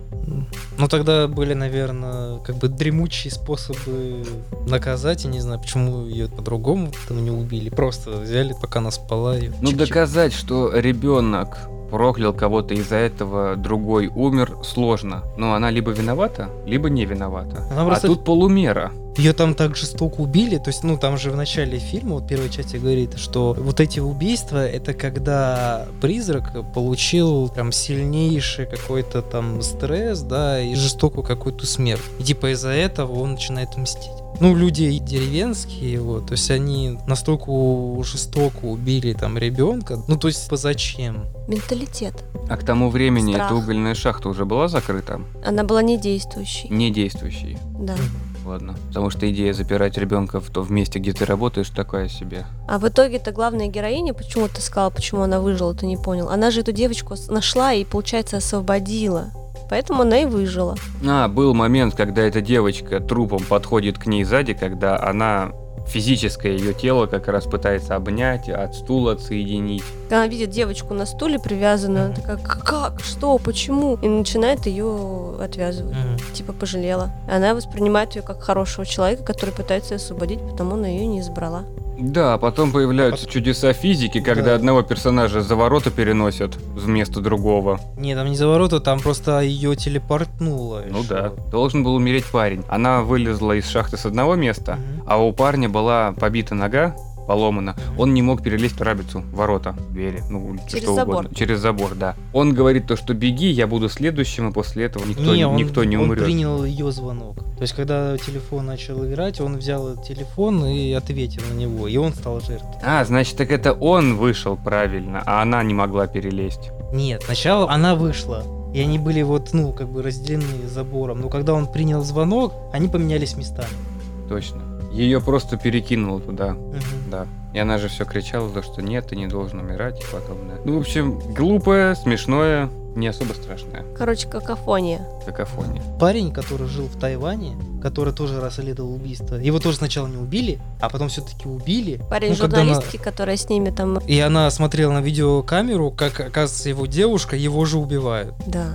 B: Ну тогда были, наверное, как бы дремучие способы наказать. Я не знаю, почему ее по-другому там не убили. Просто взяли, пока она спала. её
A: Ну,
B: чик-чик.
A: доказать, что ребенок проклял кого-то из-за этого другой умер, сложно. Но она либо виновата, либо не виновата.
B: Она
A: а
B: просто-
A: тут полумера.
B: Ее там так жестоко убили, то есть, ну, там же в начале фильма, вот первой части говорит, что вот эти убийства, это когда призрак получил там сильнейший какой-то там стресс, да, и жестокую какую-то смерть. И типа из-за этого он начинает мстить. Ну, люди деревенские, вот, то есть они настолько жестоко убили там ребенка, ну, то есть, позачем?
C: Менталитет.
A: А к тому времени
C: Страх.
A: эта угольная шахта уже была закрыта,
C: Она была недействующей.
A: не действующей.
C: Да.
A: Ладно. Потому что идея запирать ребенка в, то- в месте, где ты работаешь, такая себе.
C: А в итоге-то главная героиня, почему ты сказала, почему она выжила, ты не понял. Она же эту девочку с- нашла и, получается, освободила. Поэтому она и выжила.
A: А, был момент, когда эта девочка трупом подходит к ней сзади, когда она физическое ее тело как раз пытается обнять, от стула отсоединить.
C: Она видит девочку на стуле привязанную, она
B: Мгм.
C: такая, «К- как, что, почему? И начинает ее отвязывать.
B: Мгм.
C: Типа пожалела. Она воспринимает ее как хорошего человека, который пытается ее освободить, потому она ее не избрала.
A: Да, а потом появляются
B: Пот-
A: чудеса физики, когда
B: Да.
A: одного персонажа за ворота переносят вместо другого.
B: Не, там не за ворота, там просто ее телепортнуло. и
A: Ну
B: всё.
A: да. Должен был умереть парень. Она вылезла из шахты с одного места,
B: Мгм.
A: а у парня была побита нога, поломана. Он не мог перелезть рабицу, ворота, двери, ну, или
C: Через
A: что
C: забор.
A: угодно. Через забор, да. Он говорит то, что беги, я буду следующим, и после этого никто не,
B: он,
A: никто не
B: он
A: умрет.
B: принял ее звонок. То есть, когда телефон начал играть, он взял этот телефон и ответил на него. И он стал жертвой.
A: А, значит, так это он вышел правильно, а она не могла перелезть.
B: Нет, сначала она вышла. И они были вот, ну, как бы разделены забором. Но когда он принял звонок, они поменялись местами.
A: Точно. Ее просто перекинуло туда,
B: Мгм.
A: да. И она же все кричала, то, что нет, ты не должен умирать и подобное. Ну, в общем, глупое, смешное, не особо страшное.
C: Короче, какофония.
A: Какофония.
B: Парень, который жил в Тайване, который тоже расследовал убийство, его тоже сначала не убили, а потом все-таки убили.
C: Парень
B: Ну, когда она-
C: журналистки, которая с ними там...
B: И она смотрела на видеокамеру, как, оказывается, его девушка, его же убивают.
C: Да.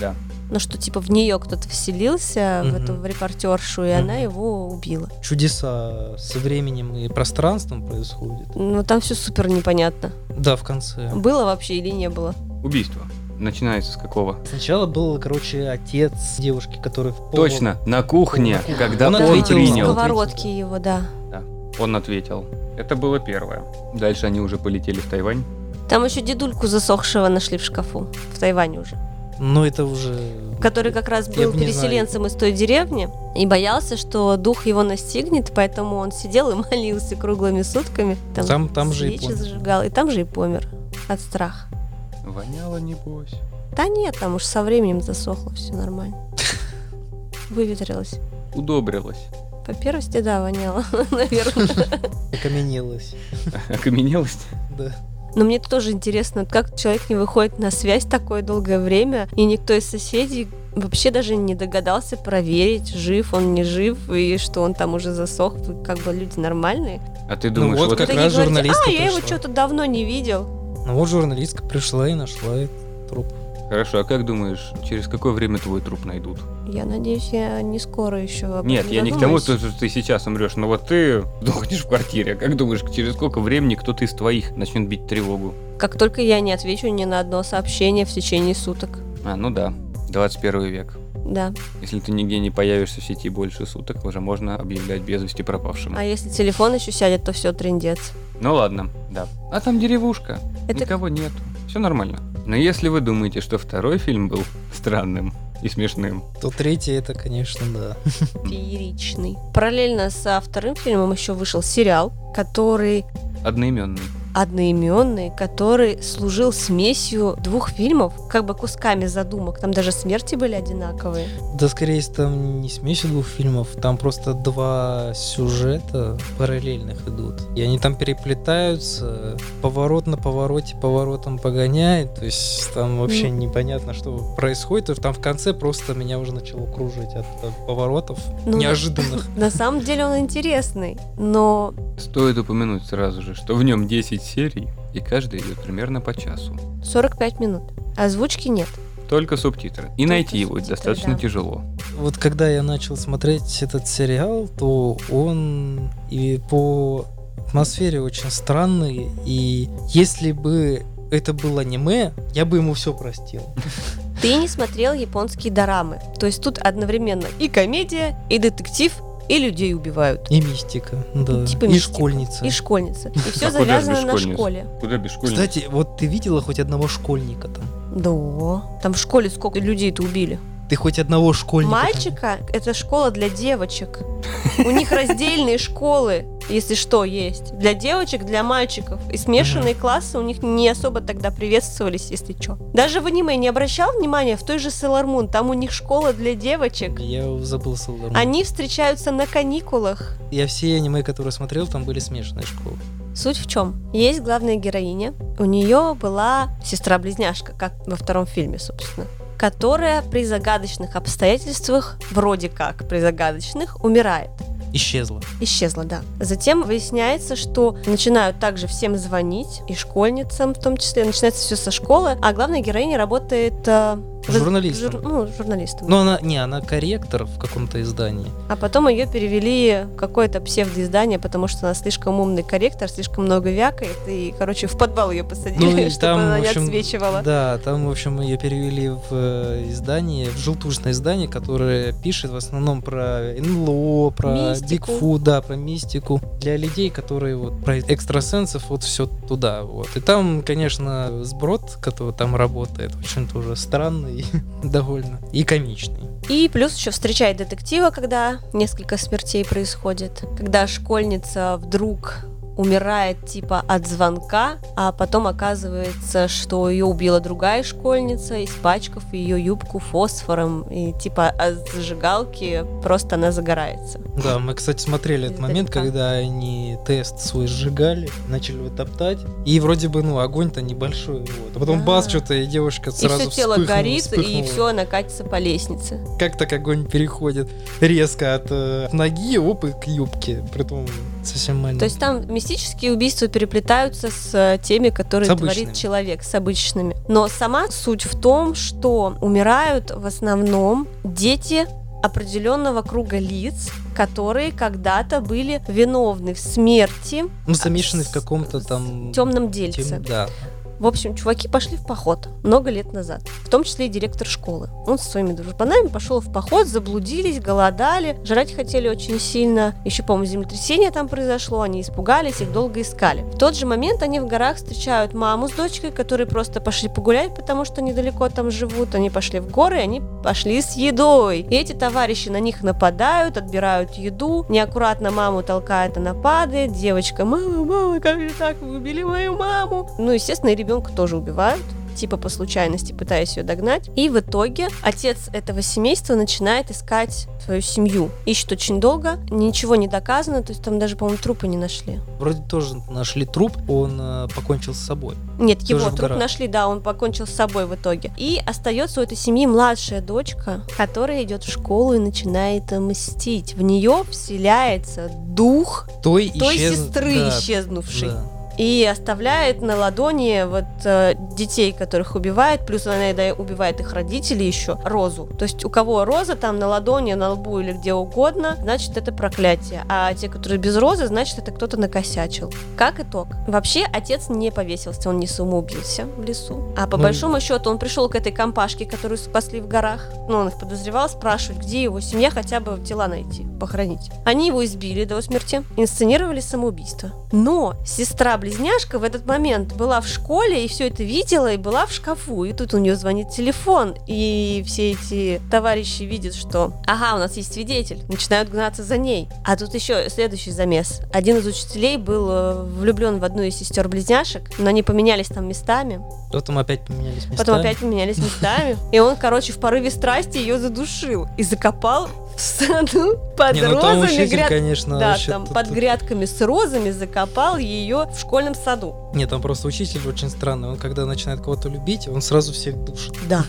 A: Да.
C: Ну что, типа, в нее кто-то вселился, в
B: Мгм.
C: эту в репортершу, и
B: Мгм.
C: она его убила.
B: Чудеса со временем и пространством происходят.
C: Ну, там все супер непонятно.
B: Да, в конце.
C: Было вообще или не было?
A: Убийство. Начинается с какого?
B: Сначала был, короче, отец девушки, который в пол-
A: Точно, на кухне,
B: на кухне.
A: когда он,
B: Он ответил.
A: принял.
B: Кого-
C: Сковородки его, да.
A: Он ответил. Это было первое. Дальше они уже полетели в Тайвань.
C: Там еще дедульку засохшего нашли в шкафу. В Тайване уже.
B: Но Ну, это уже...
C: который как раз
B: Я
C: был
B: бы не знаю.
C: переселенцем из той деревни и боялся, что дух его настигнет, поэтому он сидел и [laughs] молился круглыми сутками.
B: Там- там же и
C: свечи
B: помер.
C: зажигал, и там же и помер от страха.
A: Воняло, небось.
C: Да нет, там уж со временем засохло,
B: [laughs]
C: все нормально. Выветрилось.
A: Удобрилось. [laughs]
C: По первости, да, воняло, [laughs] наверное.
B: окаменелось.
A: Окаменелость.
B: Да.
C: Но мне тоже интересно, как человек не выходит на связь такое долгое время, и никто из соседей вообще даже не догадался проверить, жив он, не жив, и что он там уже засох, и как бы люди нормальные.
A: А ты
B: Ну
A: думаешь,
B: вот
A: вот,
B: как
C: Кто-то
B: раз
C: не говорит,
B: журналистка
C: а, я его
B: пришла».
C: что-то давно не видел.
B: Ну вот журналистка пришла и нашла это.
A: Хорошо, а как думаешь, через какое время твой труп найдут?
C: Я надеюсь, я не скоро еще об этом
A: Нет, я не к тому, что
C: задумаюсь.
A: ты ты сейчас умрешь, но вот ты дохнешь в квартире. А Как думаешь, через сколько времени кто-то из твоих начнет бить тревогу?
C: Как только я не отвечу ни на одно сообщение в течение суток.
A: А, ну да, 21 век.
C: Да.
A: Если ты нигде не появишься в сети больше суток, уже можно объявлять без вести пропавшим.
C: А если телефон еще сядет, то все, трендец.
A: Ну ладно, да. А там деревушка,
C: Это-
A: никого нет, все нормально. Но если вы думаете, что второй фильм был странным и смешным,
B: То третье это, конечно, да.
C: Фееричный. Параллельно со вторым фильмом еще вышел сериал, который
A: одноименный.
C: одноименный, который служил смесью двух фильмов, как бы кусками задумок. Там даже смерти были одинаковые.
B: Да, скорее, там не смесь двух фильмов, там просто два сюжета параллельных идут. И они там переплетаются, поворот на повороте поворотом погоняет, то есть там вообще непонятно, что происходит, и там в конце просто меня уже начало кружить от э, поворотов
C: Ну, [laughs]
B: неожиданных.
C: На самом деле он интересный, но
A: Стоит упомянуть сразу же, что в нем 10 серий, и каждая идет примерно по часу.
C: 45 минут. Озвучки нет.
A: Только субтитры. И
C: Только
A: найти его
C: субтитры,
A: достаточно
C: да.
A: тяжело.
B: Вот когда я начал смотреть этот сериал, то он и по атмосфере очень странный, и если бы это было аниме, я бы ему все простил.
C: Ты не смотрел японские дорамы. То есть тут одновременно и комедия, и детектив, и людей убивают.
B: И мистика, да.
C: Типа
B: и
C: мистика.
B: школьница.
C: И школьницы. И все
A: А куда же без
C: завязано на
A: школьниц?
C: школе.
A: Куда без школьниц?
B: Кстати, вот ты видела хоть одного школьника там?
C: Да. Там в школе сколько людей-то убили.
B: Ты хоть одного школьника? там-
C: Мальчика – это школа для девочек. У них раздельные школы, если что, есть. Для девочек, для мальчиков. И смешанные классы у них не особо тогда приветствовались, если что. Даже в аниме не обращал внимания, в той же Sailor Moon, там у них школа для девочек.
B: Я забыл Sailor Moon.
C: Они встречаются на каникулах.
B: Я все аниме, которые смотрел, там были смешанные школы.
C: Суть в чем? Есть главная героиня. У нее была сестра-близняшка, как во втором фильме, собственно которая при загадочных обстоятельствах, вроде как при загадочных, умирает.
B: Исчезла.
C: Исчезла, да. Затем выясняется, что начинают также всем звонить, и школьницам в том числе. Начинается все со школы, а главная героиня работает э, Вы-
B: Журналистом.
C: жур- ну, журналистом.
B: Но она, не, она корректор в каком-то издании.
C: А потом ее перевели в какое-то псевдоиздание, потому что она слишком умный корректор, слишком много вякает, и, короче, в подвал ее посадили,
B: Ну, и
C: [laughs] чтобы
B: там,
C: она
B: в
C: не
B: общем,
C: отсвечивала.
B: Да, там, в общем, ее перевели в э, издание, в желтушное издание, которое пишет в основном про НЛО, про
C: Мистику.
B: Бигфу, да, про мистику. Для людей, которые вот про экстрасенсов, вот все туда. Вот. И там, конечно, сброд, который там работает, очень тоже странный [laughs] довольно. И комичный.
C: И плюс еще встречает детектива, когда несколько смертей происходит, когда школьница вдруг умирает типа от звонка, а потом оказывается, что ее убила другая школьница, испачкав ее юбку фосфором, и типа от зажигалки просто она загорается.
B: Да, мы, кстати, смотрели этот
C: Из
B: момент,
C: далека.
B: когда они тест свой сжигали, начали его топтать, и вроде бы, ну, огонь-то небольшой, вот. А потом
C: Да.
B: бац, что-то, и девушка сразу
C: и все тело
B: вспыхнула,
C: горит, и
B: вспыхнула.
C: все, она катится по лестнице.
B: Как так огонь переходит резко от э, ноги, оп, и к юбке, притом совсем маленький.
C: То есть там мистические убийства переплетаются с э, теми, которые
B: С обычными.
C: творит человек, с обычными. Но сама суть в том, что умирают в основном дети определенного круга лиц, которые когда-то были виновны в смерти
B: Ну, замешанный
C: с-
B: в каком-то там...
C: в темном
B: тем-
C: дельце.
B: Да.
C: В общем, чуваки пошли в поход много лет назад, в том числе и директор школы. Он со своими дружбанами пошел в поход, заблудились, голодали, жрать хотели очень сильно. Еще, по-моему, землетрясение там произошло, они испугались, их долго искали. В тот же момент они в горах встречают маму с дочкой, которые просто пошли погулять, потому что недалеко там живут. Они пошли в горы, и они пошли с едой. И эти товарищи на них нападают, отбирают еду, неаккуратно маму толкает, она падает, девочка, мама, мама, как же так, вы убили мою маму. Ну, естественно, и ребенка тоже убивают типа по случайности пытаясь ее догнать. И в итоге отец этого семейства начинает искать свою семью. Ищет очень долго, ничего не доказано, то есть там даже, по-моему, трупы не нашли.
B: Вроде тоже нашли труп, он э, покончил с собой.
C: Нет, его
B: Тоже в
C: труп
B: горах.
C: нашли, да, он покончил с собой в итоге. И остается у этой семьи младшая дочка, которая идет в школу и начинает э, мстить. В нее вселяется дух
B: Той,
C: той
B: исчез-
C: сестры,
B: да,
C: исчезнувшей.
B: да.
C: И оставляет на ладони вот э, детей, которых убивает, плюс она иногда и убивает их родителей еще, розу. То есть у кого роза там на ладони, на лбу или где угодно, значит это проклятие. А те, которые без розы, значит это кто-то накосячил. Как итог? Вообще отец не повесился, он не самоубился в лесу. А по
B: Ну и-
C: большому счету он пришел к этой компашке, которую спасли в горах. Ну, он их подозревал, спрашивать, где его семья, хотя бы тела найти, похоронить. Они его избили до смерти, инсценировали самоубийство. Но сестра-близняшка в этот момент была в школе и все это видела, и была в шкафу. И тут у нее звонит телефон, и все эти товарищи видят, что ага, у нас есть свидетель, начинают гнаться за ней. А тут еще следующий замес. Один из учителей был э, влюблен в одну из сестер-близняшек, но они поменялись там местами.
B: Потом опять поменялись местами.
C: Потом
B: [laughs]
C: опять поменялись местами. И он, короче, в порыве страсти ее задушил и закопал в саду под
B: Не, ну там
C: розами,
B: учитель,
C: гряд-
B: конечно,
C: да,
B: вообще
C: там
B: тут-
C: под
B: тут-
C: грядками с розами закопал ее в школьном саду.
B: Нет, там просто учитель очень странный. Он когда начинает кого-то любить, он сразу всех душит.
C: Да.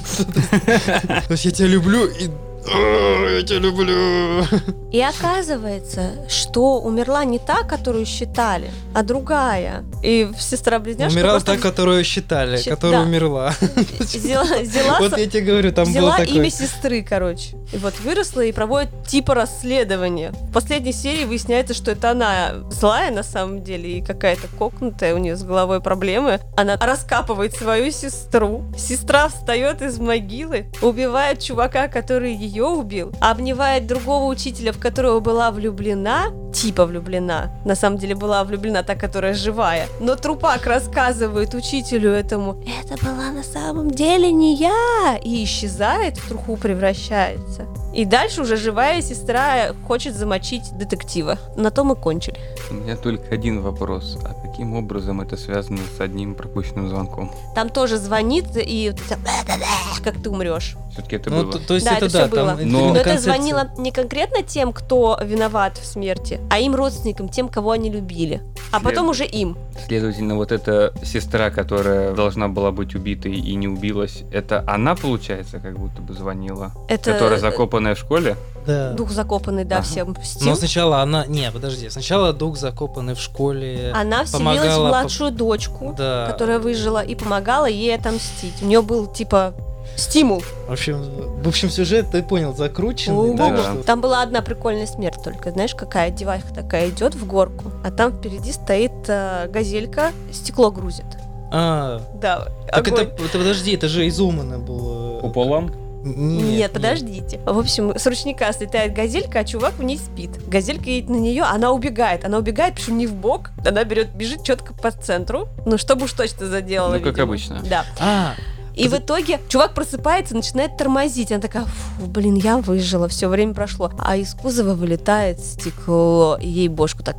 B: То есть я тебя люблю и... «О, Я тебя люблю.
C: И оказывается, что умерла не та, которую считали, а другая. И сестра-близняшка
B: Умирала
C: просто
B: та, которую считали,
C: Щит-
B: которая
C: да.
B: умерла.
C: взяла,
B: [laughs]
C: взяла
B: Вот
C: со-
B: я тебе говорю, там было
C: Взяла
B: такое.
C: имя сестры, короче. И вот выросла и проводит типа расследование. В последней серии выясняется, что это она злая на самом деле и какая-то кокнутая у нее с головой проблемы. Она раскапывает свою сестру. Сестра встает из могилы, убивает чувака, который ее убил, обнимает другого учителя, в которого была влюблена, типа влюблена. На самом деле была влюблена та, которая живая. Но трупак рассказывает учителю этому, это была на самом деле не я А, и исчезает, в труху превращается. И дальше уже живая сестра хочет замочить детектива. На том и кончили.
A: У меня только один вопрос. А каким образом это связано с одним пропущенным звонком?
C: Там тоже звонит и вот это как ты умрешь.
A: Все-таки это
B: Ну,
A: было.
B: то- то есть
C: Да,
B: это
C: это
B: да,
C: всё
B: там
A: было.
B: именно
A: Но-
C: Но это
B: концепция.
C: звонило не конкретно тем, кто виноват в смерти, а им родственникам, тем, кого они любили. А потом
A: Следует-
C: уже им.
A: Следовательно, вот эта сестра, которая должна была быть убитой и не убилась, это она, получается, как будто бы звонила?
C: Это
B: э,
A: Которая закопанная в школе?
B: Да.
C: дух закопанный, да,
A: Ага.
C: всем пустил.
B: Но сначала она... Не, подожди. Сначала дух закопанный в школе.
C: Она вселилась в
B: помогала по-
C: А, младшую дочку.
B: Да.
C: которая выжила и помогала ей отомстить. У нее был типа Стимул.
B: В общем, в общем, сюжет, ты понял, закрученный,
C: Ого.
B: да?
A: Да.
B: что-
C: Там была одна прикольная смерть только. Знаешь, какая девайха такая идет в горку, а там впереди стоит э, газелька, стекло грузит.
B: А,
C: Да,
B: так это,
C: огонь.
B: это подожди, это же изумано было.
A: Пополам?
B: Нет,
C: Нет,
B: нет.
C: подождите. В общем, с ручника слетает газелька, а чувак в ней спит. Газелька едет на нее, она убегает. Она убегает, причем не в бок. Она берет, бежит четко по центру. Ну, чтобы уж точно заделала.
A: Ну, как
C: видимо.
A: обычно.
C: Да.
B: А,
C: И в итоге чувак просыпается, начинает тормозить. Она такая, «Фу, блин, я выжила, все время прошло. А из кузова вылетает стекло, и ей бошку так.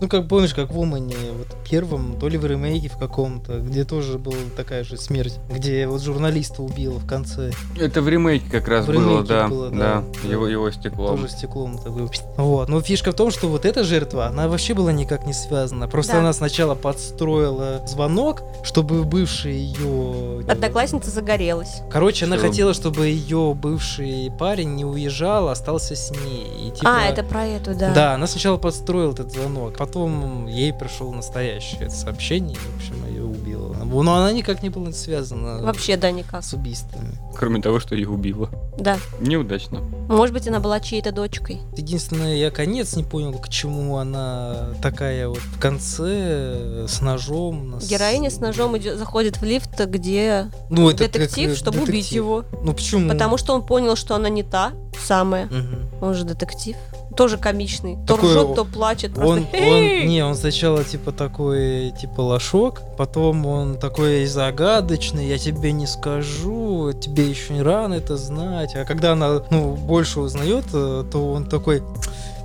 B: ну как помнишь, как в Умане, вот первом, то ли в ремейке в каком-то, где тоже была такая же смерть, где вот журналиста убила в конце,
A: Это в ремейке как раз
B: В
A: было,
B: ремейке
A: да,
B: было,
A: да.
B: да.
A: Его, его стеклом.
B: тоже стеклом такой. Вот, но фишка в том, что вот эта жертва, она вообще была никак не связана, просто
C: Да.
B: она сначала подстроила звонок, чтобы бывший ее...
C: Одноклассница загорелась.
B: Короче, она
A: Чтобы-
B: хотела, чтобы ее бывший парень не уезжал, а остался с ней. И, типа,
C: А, это про эту, да.
B: Да. она сначала подстроила этот звонок, потом ей пришел настоящее это сообщение, и, в общем, ее убила. Но она никак не была связана
C: Вообще, да, никак.
B: с убийствами.
A: Кроме того, что ее убило.
C: Да.
A: Неудачно.
C: Может быть, она была чьей-то дочкой.
B: Единственное, я конец не понял, к чему она такая вот в конце э, с ножом. на с-
C: Героиня с ножом идё- заходит в лифт, где
B: ну, это как, э,
C: детектив, чтобы
B: детектив.
C: убить его.
B: Ну почему?
C: Потому что он понял, что она не та самая.
B: Мгм.
C: Он же детектив. Тоже комичный. То
B: Такой
C: ржет,
B: он-
C: то плачет. Просто
B: Он, он, не, он сначала типа такой, типа лошок, потом он такой загадочный, я тебе не скажу, тебе еще не рано это знать. А когда она, ну, больше узнает, э, то он такой,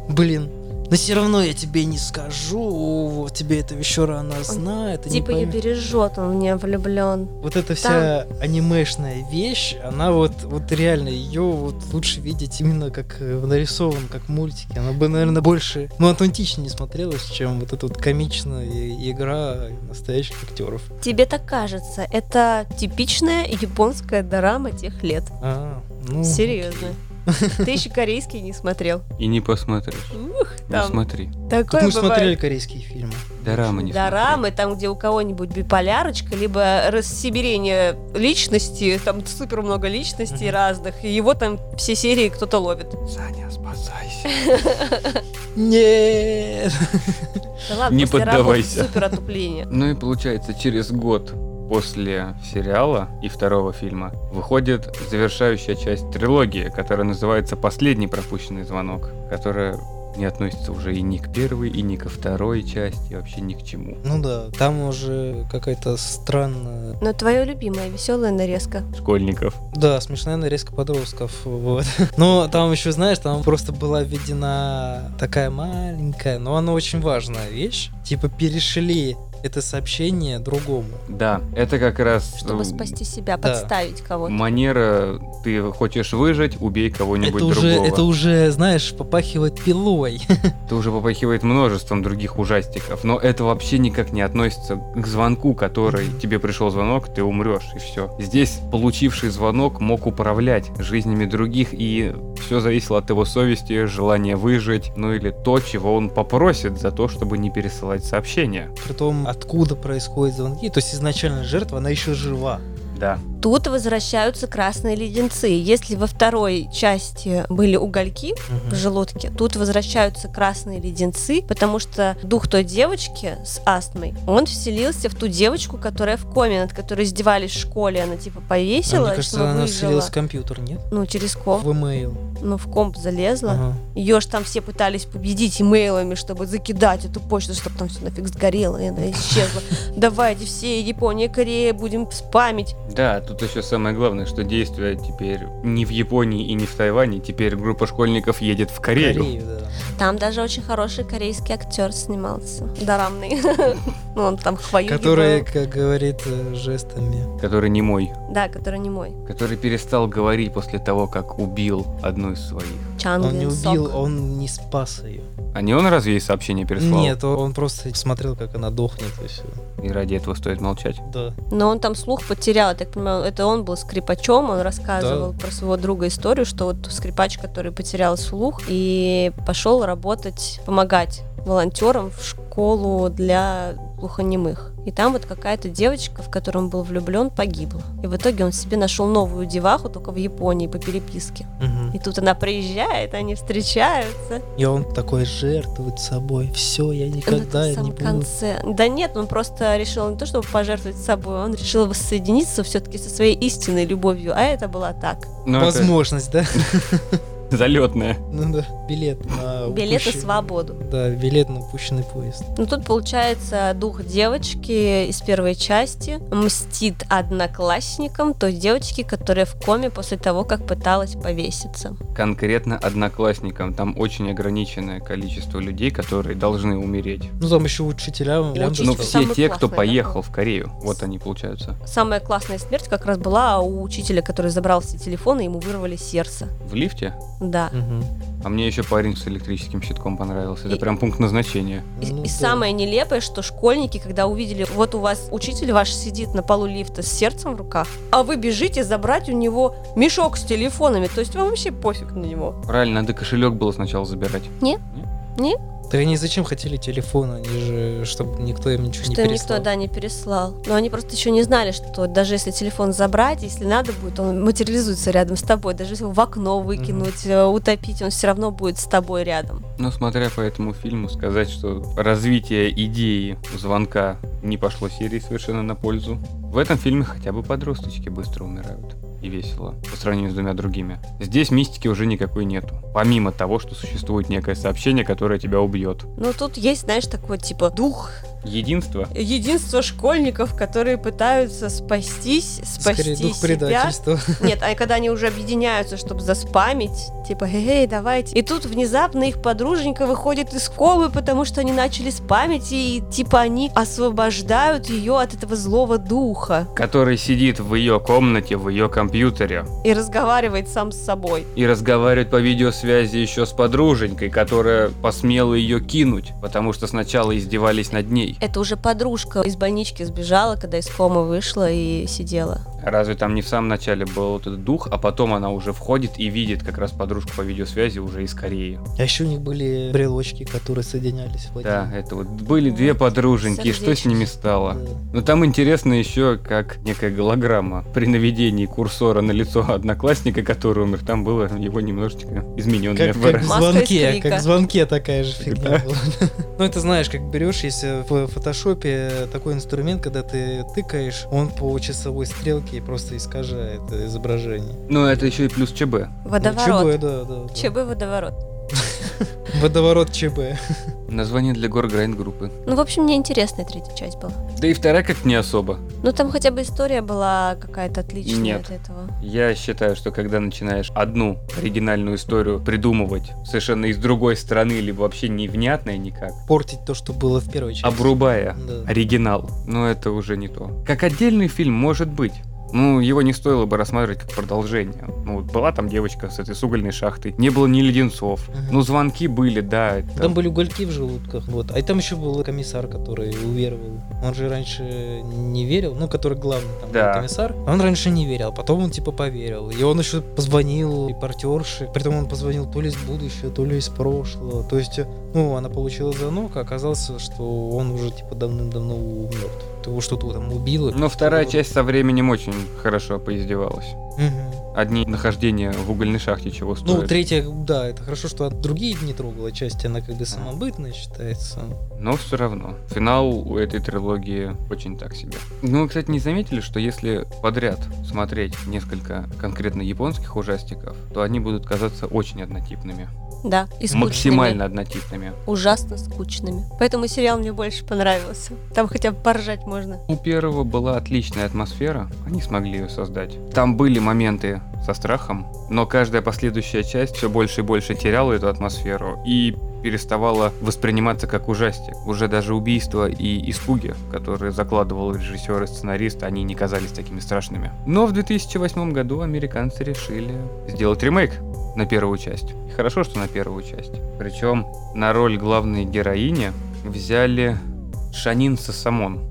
B: блин, но все равно я тебе не скажу, вот тебе это еще рано знать. ты не
C: Типа ее
B: поймёшь».
C: бережет, он в нее влюблен.
B: Вот эта вся анимешная вещь, она вот, вот реально ее вот лучше видеть именно как э, в нарисован, как в мультике. Она бы, наверное, больше, ну, аутентичнее смотрелась, чем вот эта вот комичная и- игра настоящих актеров.
C: Тебе так кажется, это типичная японская дорама тех лет.
B: А, ну,
C: Серьезно. Ты еще корейский не смотрел.
A: И не посмотришь.
C: Ух,
A: Не
C: там
A: смотри.
B: Ну, Тут
C: такое
B: мы смотрели
C: бывает.
B: корейские фильмы.
A: Дорамы не
C: Дорамы, там, где у кого-нибудь биполярочка, либо рассибирение личности, там супер много личностей
B: Мгм.
C: разных, и его там все серии кто-то ловит.
A: смотри. Саня, спасайся.
B: Нет! [laughs]
C: Да ладно,
A: Не
C: после
A: поддавайся.
C: работы Супер отупление.
A: Ну и получается, через год после сериала и второго фильма выходит завершающая часть трилогии, которая называется «Последний пропущенный звонок», которая не относится уже и ни к первой, и ни ко второй части, и вообще ни к чему.
B: Ну да, там уже какая-то странная...
C: Но твое любимое, веселая нарезка.
A: Школьников.
B: Да, смешная нарезка подростков, вот. [laughs] Но там еще, знаешь, там просто была введена такая маленькая, но она очень важная вещь. Типа перешли это сообщение другому.
A: Да, это как раз
C: Чтобы
A: э,
C: спасти себя,
B: да.
C: подставить
A: Ну.
C: кого-то.
A: манера «ты хочешь выжить, убей кого-нибудь
B: это уже,
A: другого».
B: это уже, знаешь, попахивает пилой. [laughs]
A: Это уже попахивает множеством других ужастиков, но это вообще никак не относится к звонку, который
B: Мгм.
A: тебе пришел звонок, ты умрешь и все. Здесь получивший звонок мог управлять жизнями других, и все зависело от его совести, желания выжить, ну или то, чего он попросит за то, чтобы не пересылать сообщения.
B: Притом, откуда происходят звонки. То есть изначально жертва, она еще жива.
A: Да.
C: Тут возвращаются красные леденцы. Если во второй части были угольки в
B: А
C: желудке, тут возвращаются красные леденцы, потому что дух той девочки с астмой, он вселился в ту девочку, которая в коме, над которой издевались в школе, она типа
B: А
C: повесила,
B: Мне кажется,
C: что
B: она
C: выжила.
B: вселилась в компьютер, нет?
C: Ну, через
B: В
C: ком,
B: email.
C: ну, в комп залезла.
B: Ага.
C: Ее ж там все пытались победить имейлами, чтобы закидать эту почту, чтобы там все нафиг сгорело, и
B: [laughs]
C: она исчезла. Давайте все, Япония, Корея, будем спамить.
A: Да, тут еще самое главное, что действие теперь не в Японии и не в Тайване, теперь группа школьников едет в Корею.
B: Корею, да.
C: Там даже очень хороший корейский актер снимался. Дорамный. [laughs] Ну, он там хвою
B: Которая, как говорит, э, жестами.
A: Который не мой,
C: Да, который не мой.
A: который перестал говорить после того, как убил одну из своих.
C: Чанг
B: Он не
C: Ин
B: убил,
C: Сок.
B: он не спас ее.
A: А не он разве ей сообщение переслал?
B: Нет, он, он просто смотрел, как она дохнет и все.
A: И ради этого стоит молчать.
B: Да.
C: Но он там слух потерял, я так понимаю, это он был скрипачом, он рассказывал про своего друга историю, что вот скрипач, который потерял слух и пошел работать, помогать волонтерам в школу для глухонемых. И там вот какая-то девочка, в которую он был влюблен, погибла. И в итоге он себе нашел новую деваху только в Японии по переписке.
B: Мгм.
C: И тут она приезжает, они встречаются.
B: И он такой жертвует собой. Все, я никогда
C: Ну, это в
B: не
C: самом
B: буду.
C: конце. Да нет, он просто решил не то, чтобы пожертвовать собой, он решил воссоединиться все-таки со своей истинной любовью. А это была так.
A: Ну, это
B: Возможность, да? [laughs]
A: залетная.
B: Ну да, билет на
C: Билет на
B: упущен-
C: свободу.
B: Да, билет на упущенный поезд.
C: Ну тут получается дух девочки из первой части мстит одноклассникам той девочки, которая в коме после того, как пыталась повеситься.
A: Конкретно одноклассникам. Там очень ограниченное количество людей, которые должны умереть.
B: Ну там еще учителя. лям
C: Учитель.
A: Ну,
B: достал.
A: все
C: самый
A: те, кто
C: классный, да.
A: поехал в Корею. Вот они, получаются.
C: Самая классная смерть как раз была у учителя, который забрал все телефоны, и ему вырвали сердце.
A: В лифте?
C: Да.
B: Мгм.
A: А мне еще парень с электрическим щитком понравился. Это
C: И-
A: прям пункт назначения.
C: И,
B: Ну
C: и
B: да.
C: самое нелепое, что школьники, когда увидели, вот у вас учитель ваш сидит на полу лифта с сердцем в руках, а вы бежите забрать у него мешок с телефонами, то есть вам вообще пофиг на него.
A: Правильно, надо кошелек было сначала забирать.
B: Так они зачем хотели телефон? Они же, чтобы никто им ничего не
C: что им
B: переслал.
C: никто, да, не переслал. Но они просто еще не знали, что даже если телефон забрать, если надо будет, он материализуется рядом с тобой. Даже если его в окно выкинуть, э, утопить, он все равно будет с тобой рядом.
A: Но Ну, смотря по этому фильму, сказать, что развитие идеи звонка не пошло серии совершенно на пользу. В этом фильме хотя бы подросточки быстро умирают. И весело, по сравнению с двумя другими. Здесь мистики уже никакой нету. Помимо того, что существует некое сообщение, которое тебя убьет.
C: Но Ну, тут есть, знаешь, такой типа дух
A: Единство.
C: единство школьников, которые пытаются спастись, спасти
B: Скорее, дух
C: себя.
B: предательства. [laughs]
C: Нет, а когда они уже объединяются, чтобы заспамить, типа, эй, давайте. И тут внезапно их подруженька выходит из комы, потому что они начали спамить, и типа они освобождают ее от этого злого духа
A: Который сидит в ее комнате, в ее компьютере.
C: и разговаривает сам с собой.
A: И разговаривает по видеосвязи еще с подруженькой, которая посмела ее кинуть. Потому что сначала издевались над ней.
C: Это уже подружка из больнички сбежала, когда из комы вышла и сидела.
A: Разве там не в самом начале был вот этот дух, а потом она уже входит и видит как раз подружку по видеосвязи уже из Кореи.
B: А еще у них были брелочки, которые соединялись в один.
A: Да, это вот были две
C: Вот,
A: подруженьки, и что с
C: сердечки.
A: ними стало?
B: Да.
A: Но там интересно еще, как некая голограмма при наведении курсора на лицо одноклассника, который умер, там было его немножечко измененное
B: Как, как в
C: Маска из
B: звонке,
C: крика.
B: как в звонке такая же фигня
A: Да.
B: была. [laughs] Ну, это знаешь, как берешь, если в фотошопе такой инструмент, когда ты тыкаешь, он по часовой стрелке просто искажает изображение.
A: Но Ну, это еще и плюс ЧБ.
C: Водоворот.
B: ЧБ, да, да, да.
C: ЧБ водоворот.
B: Водоворот ЧБ.
A: Название для гор Грайн группы.
C: Ну, в общем, мне интересная третья часть была.
A: Да и вторая как не особо.
C: Ну, там хотя бы история была какая-то отличная
A: Нет.
C: от этого.
A: Я считаю, что когда начинаешь одну оригинальную историю придумывать совершенно из другой стороны, либо вообще невнятное никак,
B: Портить то, что было в первой части.
A: обрубая
B: Да.
A: оригинал. Но это уже не то. Как отдельный фильм может быть. Ну, его не стоило бы рассматривать как продолжение. Ну, вот была там девочка с этой с угольной шахты, не было ни леденцов.
B: Мгм.
A: Ну, звонки были, да. это-
B: Там были угольки в желудках, вот. А и там еще был комиссар, который уверовал. Он же раньше не верил, ну, который главный там был
A: Да.
B: комиссар. Он раньше не верил, потом он типа поверил. И он еще позвонил репортерше, притом он позвонил то ли из будущего, то ли из прошлого. То есть, э, ну, она получила звонок, а оказалось, что он уже типа давным-давно умер. То Его что-то там убило.
A: Но Ну, вторая
B: Что-то
A: часть со временем очень хорошо поиздевалась.
B: было. Мгм.
A: Одни нахождения в угольной шахте чего стоит.
B: Ну, третья, да, это хорошо, что от- другие не трогала части, она как бы самобытная считается.
A: Но все равно, финал у этой трилогии очень так себе. Ну, вы, кстати, не заметили, что если подряд смотреть несколько конкретно японских ужастиков, то они будут казаться очень однотипными.
C: Да, и скучными.
A: Максимально однотипными.
C: Ужасно скучными. Поэтому сериал мне больше понравился. Там хотя бы поржать можно.
A: У первого была отличная атмосфера, они смогли ее создать. Там были моменты со страхом, но каждая последующая часть все больше и больше теряла эту атмосферу и переставала восприниматься как ужастик. Уже даже убийства и испуги, которые закладывал режиссер и сценарист, они не казались такими страшными. Но в 2008 году американцы решили сделать ремейк на первую часть. И хорошо, что на первую часть. Причем на роль главной героини взяли Шанин Сасамон.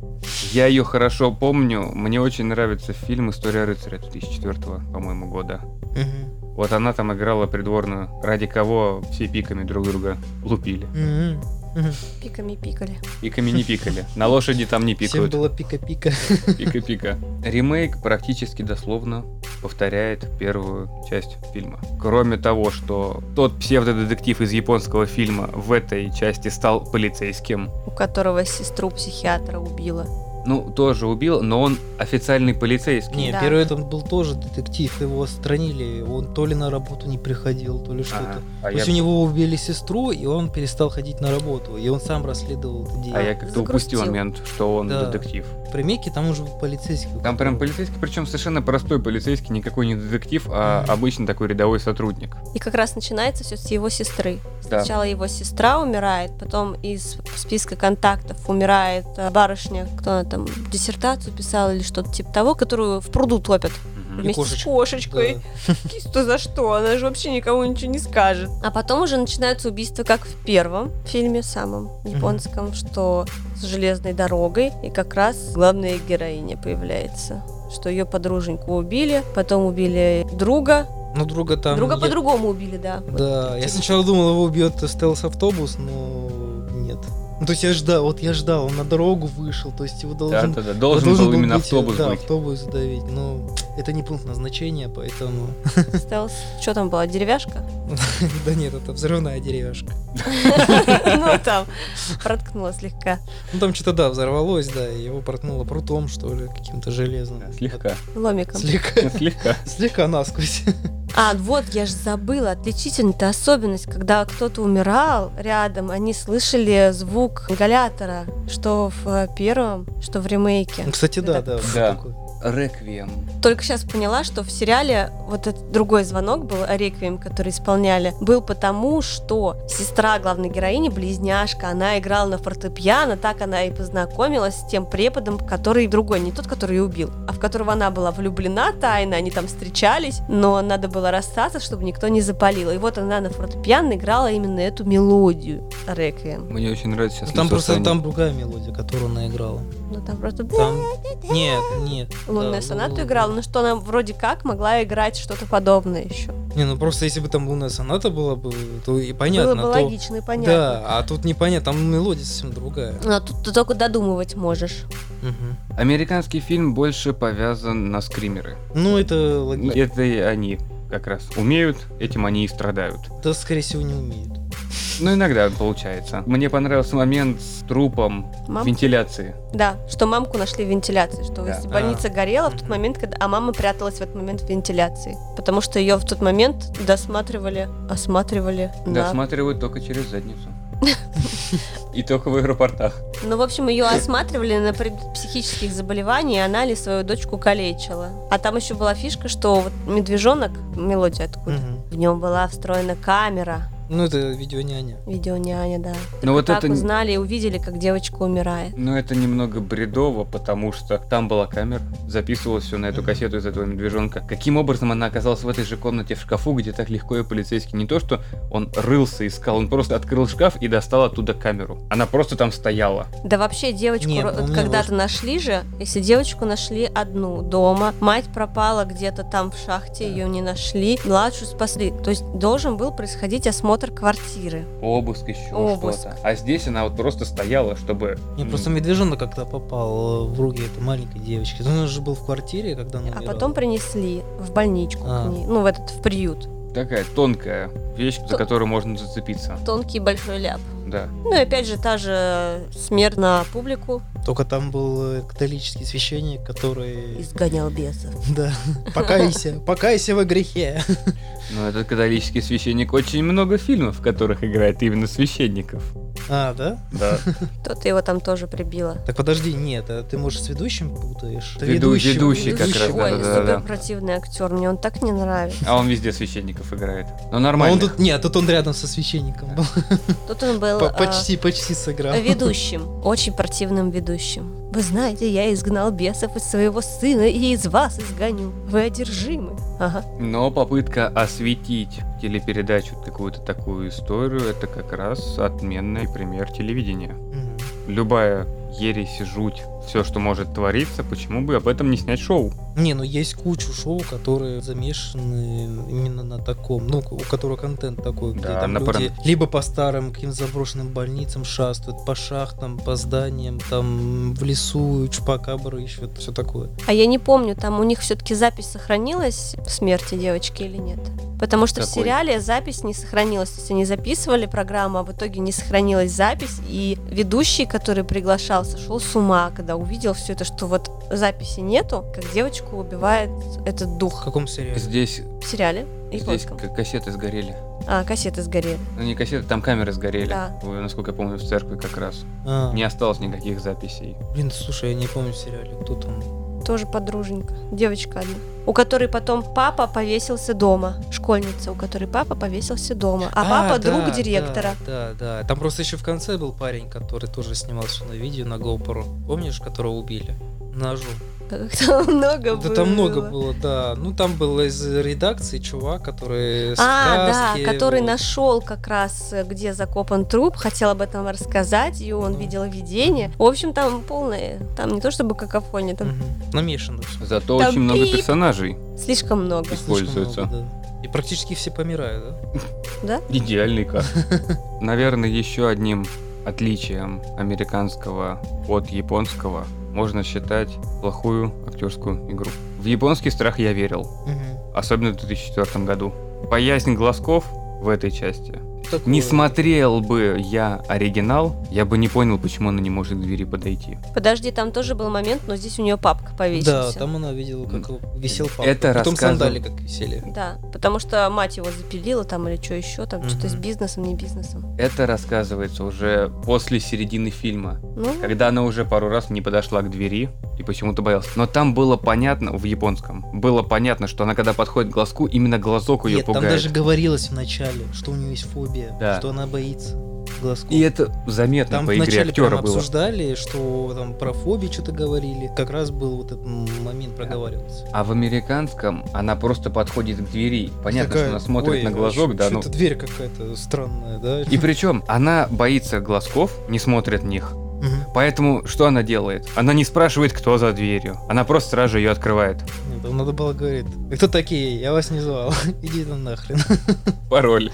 A: Я ее хорошо помню. Мне очень нравится фильм «История рыцаря» 2004, по-моему, года.
B: Мгм.
A: Вот она там играла придворную, ради кого все пиками друг друга лупили.
B: Мгм. Мгм.
C: Пиками пикали.
A: Пиками не пикали. На лошади там не
B: Всем
A: пикают.
B: было пика-пика.
A: Пика-пика. Ремейк практически дословно повторяет первую часть фильма. Кроме того, что тот псевдодетектив из японского фильма в этой части стал полицейским.
C: у которого сестру психиатра убила.
A: Ну, тоже убил, но он официальный полицейский.
B: Не,
C: Да.
B: первый там был тоже детектив, его отстранили, он то ли на работу не приходил, то ли
A: Ага.
B: что-то.
A: А
B: То есть
A: я-
B: у него убили сестру, и он перестал ходить на работу, и он сам расследовал это дело.
A: а я как-то упустил
C: Загрустил.
A: момент, что он
B: Да.
A: детектив.
B: В ремейке там уже был полицейский.
A: Там прям полицейский, причем совершенно простой полицейский, никакой не детектив, а
B: Мгм.
A: обычный такой рядовой сотрудник.
C: И как раз начинается все с его сестры.
A: Да.
C: Сначала его сестра умирает, потом из списка контактов умирает э, барышня, кто она там, диссертацию писала или что-то типа того, которую в пруду топят
A: Мгм.
C: вместе с
B: кошечка.
C: кошечкой.
B: Да.
C: Кисть-то за что? Она же вообще никому ничего не скажет. А потом уже начинаются убийства, как в первом фильме самом японском, что с железной дорогой. И как раз главная героиня появляется. Что ее подруженьку убили, потом убили друга.
B: Ну, друга там...
C: друга
B: я-
C: по-другому убили, да.
B: Да, я сначала думал, его убьет стелс-автобус, но нет. Ну, то есть я ждал, вот я ждал, он на дорогу вышел, то есть его должен...
A: Да-да-да, должен, был именно
B: быть, э,
A: автобус
B: да,
A: быть.
B: автобус давить, но это не пункт назначения, поэтому...
C: Стелс. Что там была?
B: [laughs]
C: Деревяшка?
B: Да нет, это взрывная деревяшка.
C: Ну, там проткнула слегка.
B: Ну там что-то, да, взорвалось, да, и его портнуло прутом, что ли, каким-то железным.
A: Да, Слегка.
C: Ломиком.
B: Слегка. [laughs]
A: Слегка.
B: Слегка насквозь.
C: А, вот, я же забыла, отличительная особенность, когда кто-то умирал рядом, они слышали звук ингалятора, что в э, первом, что в ремейке.
B: Ну, Кстати, да, да. вот
A: Да.
B: такое. Ну,
A: Реквием.
C: Только сейчас поняла, что в сериале вот этот другой звонок был, «А реквием, который исполняли, был потому, что сестра главной героини, близняшка, она играла на фортепиано, так она и познакомилась с тем преподом, который другой, не тот, который ее убил, а в которого она была влюблена тайно, они там встречались, но надо было расстаться, чтобы никто не запалил. И вот она на фортепиано играла именно эту мелодию «А реквием.
A: Мне очень нравится сейчас
B: Ну, Там
A: лицо
B: просто
A: Сани.
B: там другая мелодия, которую она играла.
C: Ну там просто...
B: Там... Нет, нет.
C: Лунную
B: да,
C: сонату
B: лунная.
C: играла, ну что она вроде как могла играть что-то подобное еще.
B: Не, ну просто если бы там лунная соната была бы, то и понятно.
C: Было бы
B: то-
C: логично и понятно.
B: Да, а тут непонятно, там мелодия совсем другая.
C: А тут ты только додумывать можешь.
B: Мгм.
A: Американский фильм больше повязан на скримеры.
B: Ну, это логично.
A: Это и они как раз умеют, этим они и страдают.
B: Да, скорее всего, не умеют.
A: Но иногда получается. Мне понравился момент с трупом
C: Мам...
A: вентиляции.
C: Да, что мамку нашли в вентиляции, что
A: Да.
C: если больница горела в тот
B: Мгм.
C: момент, когда... а мама пряталась в этот момент в вентиляции, потому что ее в тот момент досматривали, осматривали. на-
A: Досматривают только через задницу. И только в аэропортах.
C: Ну, в общем, ее осматривали на предмет психических заболеваний, и она ли свою дочку калечила. А там еще была фишка, что вот медвежонок, мелодия откуда,
B: Мгм.
C: в нем была встроена камера,
B: Ну, это видеоняня.
C: видеоняня, да.
A: Но Ну, вот
C: так
A: это... н-
C: узнали и увидели, как девочка умирает.
A: Но это немного бредово, потому что там была камера, записывалось все на эту
B: Мгм.
A: кассету из этого медвежонка. Каким образом она оказалась в этой же комнате в шкафу, где так легко и полицейский не то, что он рылся, искал, он просто открыл шкаф и достал оттуда камеру. Она просто там стояла.
C: Да вообще девочку
B: Не,
C: ро-
B: ну, у меня
C: когда-то нашли же, если девочку нашли одну дома, мать пропала где-то там в шахте,
B: Да.
C: ее не нашли, младшую спасли. То есть должен был происходить осмотр квартиры.
A: Обыск еще
C: Обыск.
A: что-то. А здесь она вот просто стояла, чтобы...
B: Не,
A: м,
B: просто медвежонок как-то попал э, в руки этой маленькой девочки. Он же был в квартире, когда она
C: А
B: умирала.
C: потом принесли в больничку
B: А.
C: к ней, ну в этот, в приют.
A: Такая тонкая вещь, за
C: То-
A: которую можно зацепиться.
C: Тонкий большой ляп.
A: Да.
C: Ну и опять же та же смерть на публику.
B: Только там был э, католический священник, который...
C: Изгонял бесов.
B: [laughs] Да, покайся, покайся во грехе.
A: Но Ну, этот католический священник очень много фильмов, в которых играет именно священников.
B: А, да?
A: Да.
C: То-то его там тоже прибило.
B: Так подожди, нет, а ты, может, с ведущим путаешь? Ты
A: Веду- ведущий как раз,
B: ведущего.
A: да,
C: Ой,
A: да, да, да.
C: супер противный актер, мне он так не нравится.
A: А он везде священников играет. Но
B: А
A: нормально.
B: он тут, нет, тут он рядом со священником был.
C: Тут он был...
B: П-
C: а,
B: Почти, почти сыграл.
C: Ведущим, очень противным ведущим. Вы знаете, я изгнал бесов из своего сына и из вас изгоню. Вы одержимы. Ага.
A: Но попытка осветить телепередачу какую-то такую историю, это как раз отменный пример телевидения.
B: Мгм.
A: Любая ересь, жуть, все, что может твориться, почему бы об этом не снять шоу?
B: Не, ну есть кучу шоу, которые замешаны именно на таком, ну, у которого контент такой, где
A: Да,
B: там
A: на
B: люди либо по старым каким-то заброшенным больницам шастают, по шахтам, по зданиям, там в лесу чупакабры ищут, все такое.
C: А я не помню, там у них все-таки запись сохранилась в смерти девочки или нет? Потому что в
A: Какой?
C: сериале запись не сохранилась. То есть они записывали программу, а в итоге не сохранилась запись. И ведущий, который приглашался, шел с ума, когда увидел все это, что вот записи нету, как девочку убивает этот
B: В
C: дух
B: каком сериале?
A: Здесь,
C: в сериале
A: здесь
C: японском.
A: к- кассеты сгорели.
C: А, кассеты сгорели.
A: Ну не кассеты, там камеры сгорели.
C: Да.
A: Вы, насколько я помню, в церкви как раз.
B: А,
A: Не осталось никаких записей.
B: Блин, слушай, я не помню в сериале, кто там.
C: Тоже подруженька. Девочка одна. У которой потом папа повесился дома. Школьница, у которой папа повесился дома. А, папа
B: да,
C: друг директора. [laughs]
B: Да, да, да. Там просто еще в конце был парень, который тоже снимал все на видео на GoPro. Помнишь, которого убили? Ножом.
C: Как там много было.
B: Да там много было, да. Ну там был из редакции чувак, который с
C: А,
B: каски,
C: да, который
B: вот.
C: нашел как раз, э, где закопан труп, хотел об этом рассказать, и он
B: Ну.
C: видел видение. В общем, там полное, там не то чтобы какофония, там
B: Мгм. Намешано всё.
A: Зато
C: Там
A: очень много
C: пип.
A: персонажей.
C: слишком много.
B: Слишком
A: Используется.
B: много, да. И практически все помирают, да?
A: Идеальный каст. [laughs] Наверное, еще одним отличием американского от японского можно считать плохую актерскую игру. В японский страх я верил, особенно в 2004 году. Пояснь глазков в этой части.
B: Такое.
A: Не смотрел бы я оригинал, я бы не понял, почему она не может к двери подойти.
C: Подожди, там тоже был момент, но здесь у нее папка
B: Да,
C: повесился.
B: там она видела, как висел папа.
A: Это
B: Потом
A: рассказывал-
B: сандали как висели.
C: Да, потому что мать его запилила там или что еще, там что-то с
B: Мгм.
C: бизнесом, не бизнесом.
A: Это рассказывается уже после середины фильма.
C: Ну,
A: Когда она уже пару раз не подошла к двери и почему-то боялась. Но там было понятно, в японском, было понятно, что она когда подходит к глазку, именно глазок ее
B: Нет, там
A: пугает.
B: даже говорилось вначале, что у нее есть фобия,
A: Да.
B: что она боится глазков.
A: И это заметно
B: Там
A: по игре
B: вначале прям
A: актера было.
B: обсуждали, что там про фобии что-то говорили. Как раз был вот этот м, момент проговаривался.
A: А в американском она просто подходит к двери. Понятно,
B: Такая,
A: что она смотрит
B: «Ой,
A: на
B: а
A: глазок,
B: чё-
A: да,
B: чё
A: ну...
B: Это дверь какая-то странная, да?
A: И причем она боится глазков, не смотрит в них.
B: Мгм.
A: Поэтому что она делает? Она не спрашивает, кто за дверью. Она просто сразу же ее открывает.
B: Нет, там надо было говорить. «Вы Кто такие? Я вас не звал. [laughs] Иди там нахрен. [laughs]
A: Пароль.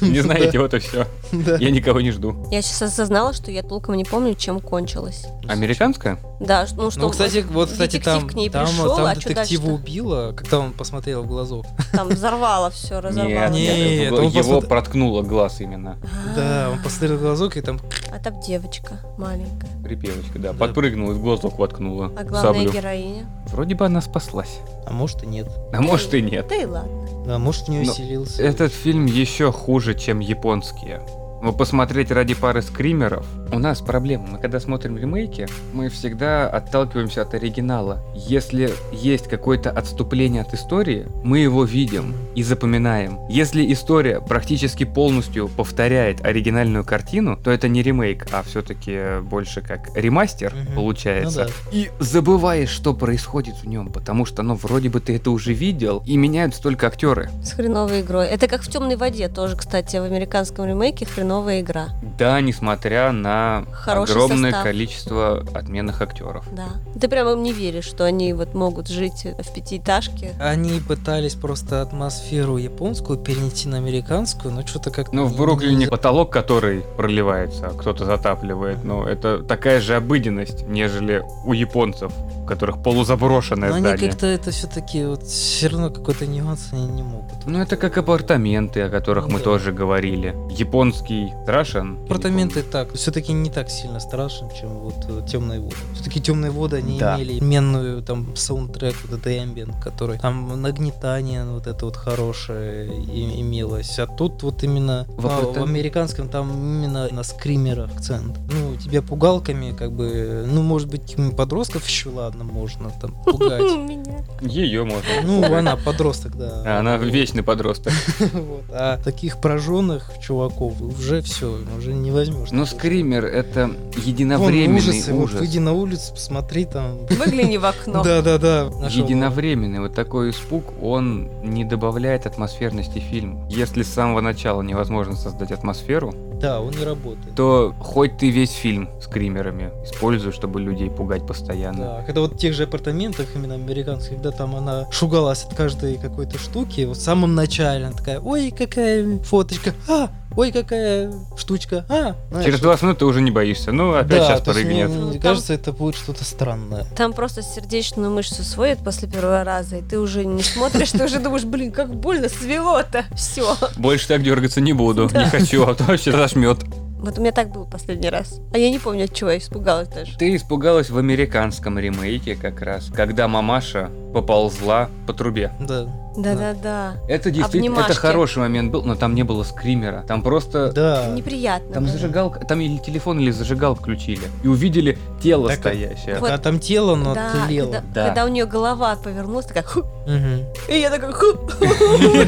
A: Не знаете, вот и все.
B: Да.
A: Я никого не жду.
C: я сейчас осознала, что я толком не помню, чем кончилось.
A: Американская?
C: Да, ш- ну что,
B: Ну, кстати, вот, кстати,
C: детектив
B: там,
C: к ней
B: там,
C: пришел,
B: там
C: а чё
B: детектива
C: дальше-то?
B: убила, когда он посмотрел в глазок.
C: там взорвало все,
A: [laughs]
C: разорвало.
A: Нет,
B: Нет,
A: нет,
B: он
A: его
B: посмотр-
A: проткнуло глаз именно.
C: А,
B: Да, он посмотрел в глазок, и там
C: А там девочка маленькая.
A: Припевочка, да.
B: Да.
A: Подпрыгнула, и в глазок воткнула.
C: А главная
A: саблю.
C: героиня.
A: Вроде бы она спаслась.
B: А может и нет.
A: А может и нет.
C: Да и ладно.
B: Да, может, в нее
A: Но
B: вселился.
A: Этот фильм еще хуже, чем японские. Но посмотреть ради пары скримеров у нас проблема. Мы когда смотрим ремейки, мы всегда отталкиваемся от оригинала. Если есть какое-то отступление от истории, мы его видим и запоминаем. Если история практически полностью повторяет оригинальную картину, то это не ремейк, а все-таки больше как ремастер
B: Мгм. Ну
A: получается.
B: да.
A: И забываешь, что происходит в нем, потому что, ну, вроде бы ты это уже видел, и меняются только актеры.
C: С хреновой игрой. Это как в темной воде тоже, кстати, в американском ремейке хреновая игра.
A: Да, несмотря на
C: Хороший
A: огромное
C: состав.
A: количество отменных актеров.
C: Да. Ты прям им не веришь, что они вот могут жить в пятиэтажке.
B: Они пытались просто атмосферу японскую перенести на американскую, но что-то как-то...
A: Ну, в
B: не-
A: Бруклине
B: не-
A: потолок, который проливается, а кто-то затапливает, ну, это такая же обыденность, нежели у японцев, у которых полузаброшенное
B: Но они
A: здание.
B: как-то это все-таки вот все равно какой-то нюанс они не могут.
A: Ну, это как апартаменты, о которых
B: Ну
A: мы
B: да.
A: тоже говорили. Японский страшен.
B: Апартаменты так, все-таки не так сильно страшен, чем вот э, темные воды. Все-таки темные воды они
A: Да.
B: имели менную там саундтрек, вот это ambient, который там нагнетание вот это вот хорошее и- имелось. А тут вот именно
A: В
B: а, в
A: апартам-
B: американском там именно на скримерах акцент. Ну, тебя пугалками как бы, ну, может быть, какими подростков еще ладно, можно там пугать.
C: М, Меня.
A: Ее можно.
B: Ну, она подросток, да.
A: [laughs]
B: [laughs]
A: Она
B: Вот.
A: вечный подросток.
B: Вот. А таких прожженных чуваков уже все, уже не возьмешь.
A: Но Ну, скример это единовременный
B: ужасы, вот
A: ужас.
B: выйди на улицу, посмотри там.
C: Выгляни в окно.
B: Да-да-да. нашел.
A: Единовременный вот такой испуг, он не добавляет атмосферности фильму. Если с самого начала невозможно создать атмосферу,
B: Да, он не работает.
A: то хоть ты весь фильм с скримерами используешь, чтобы людей пугать постоянно.
B: Да, когда вот в тех же апартаментах, именно американских, когда там она шугалась от каждой какой-то штуки, вот в самом начале она такая, ой, какая фоточка, а, ой, какая штучка, а. знаешь.
A: Через 20 минут ты уже не боишься. Ну, опять
B: Да,
A: сейчас
B: то есть мне-
A: прыгнет.
B: мне
C: Ну, там-
B: кажется, это будет что-то странное.
C: Там просто сердечную мышцу сводят после первого раза, и ты уже не смотришь, ты уже думаешь, блин, как больно свело-то, все.
A: Больше так дергаться не
B: [laughs]
A: буду. Не хочу, а то вообще зажмет.
C: Вот у меня так было последний раз. А я не помню, от чего я испугалась даже.
A: Ты испугалась в американском ремейке как раз, когда мамаша поползла по трубе.
B: Да.
C: Да-да-да.
A: Это действительно, это
C: Обнимашки.
A: хороший момент был, но там не было скримера. Там просто
B: Да.
C: Неприятно.
A: Там
C: было.
A: зажигалка, там или телефон, или зажигал включили. И увидели тело
B: Так,
A: стоящее.
B: Так, а там тело, оно
C: Да,
B: тлело.
C: когда,
A: Да.
C: когда у нее голова повернулась, такая, «Ху!»
B: Мгм.
C: и я такая, «Ху!»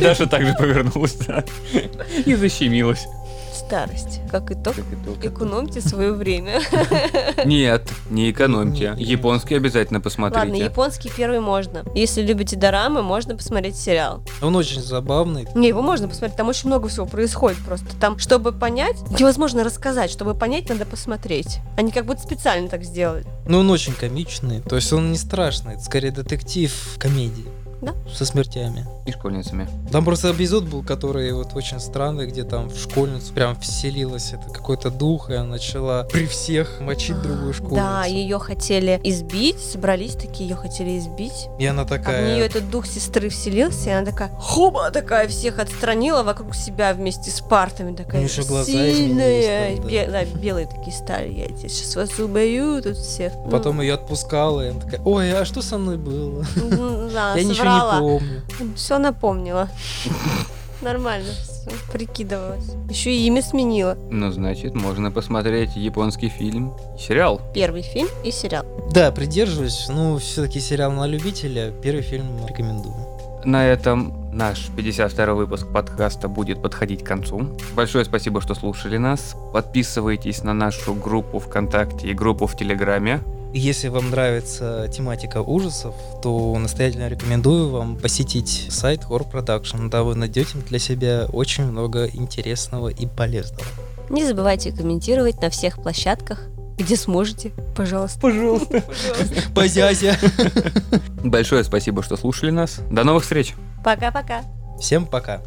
A: Даша также повернулась, да. И защемилась.
C: старость. Как итог, экономьте свое время.
A: Нет, не экономьте.
B: Нет.
A: Японский обязательно
C: Ладно,
A: посмотрите.
C: японский первый можно. Если любите дорамы, можно посмотреть сериал.
B: Он очень забавный.
C: Не, его можно посмотреть, там очень много всего происходит просто. Там, чтобы понять, невозможно рассказать. Чтобы понять, надо посмотреть. Они как будто специально так сделали.
B: Но Ну, он очень комичный. То есть он не страшный. Это скорее детектив комедии.
C: Да.
B: Со смертями.
A: И школьницами.
B: Там просто эпизод был, который вот очень странный, где там в школьницу прям вселилась это какой-то дух, и она начала при всех мочить другую школьницу.
C: [gasps] Да, ее хотели избить, собрались такие, ее хотели избить.
B: И она
C: А в нее
B: такая...
C: этот дух сестры вселился, и она такая, хоба, такая всех отстранила вокруг себя вместе с партами. Такая
B: нее ещё глаза
C: сильная.
B: изменились там, да.
C: Бе- да, белые такие стали. Я тебя сейчас вас убою тут всех. Ну, [laughs]
B: Потом ее отпускала, и она такая, ой, а что со мной было?
C: м, ну,
B: [laughs]
C: да,
B: Я ничего не
C: соврала.
B: помню.
C: Все
B: [laughs]
C: напомнила. Нормально всё, прикидывалась. Еще и имя сменила.
A: Ну, значит, можно посмотреть японский фильм. и Сериал.
C: Первый фильм и сериал.
B: Да, придерживаюсь, ну, все-таки сериал на любителя, первый фильм рекомендую.
A: На этом наш 52 выпуск подкаста будет подходить к концу. Большое спасибо, что слушали нас. Подписывайтесь на нашу группу ВКонтакте и группу в Телеграме.
B: Если вам нравится тематика ужасов, то настоятельно рекомендую вам посетить сайт Horror Production. Да, вы найдете для себя очень много интересного и полезного.
C: Не забывайте комментировать на всех площадках, где сможете. Пожалуйста. Пожалуйста.
B: Позяся!
A: Большое спасибо, что слушали нас. До новых встреч!
C: Пока-пока.
B: Всем пока!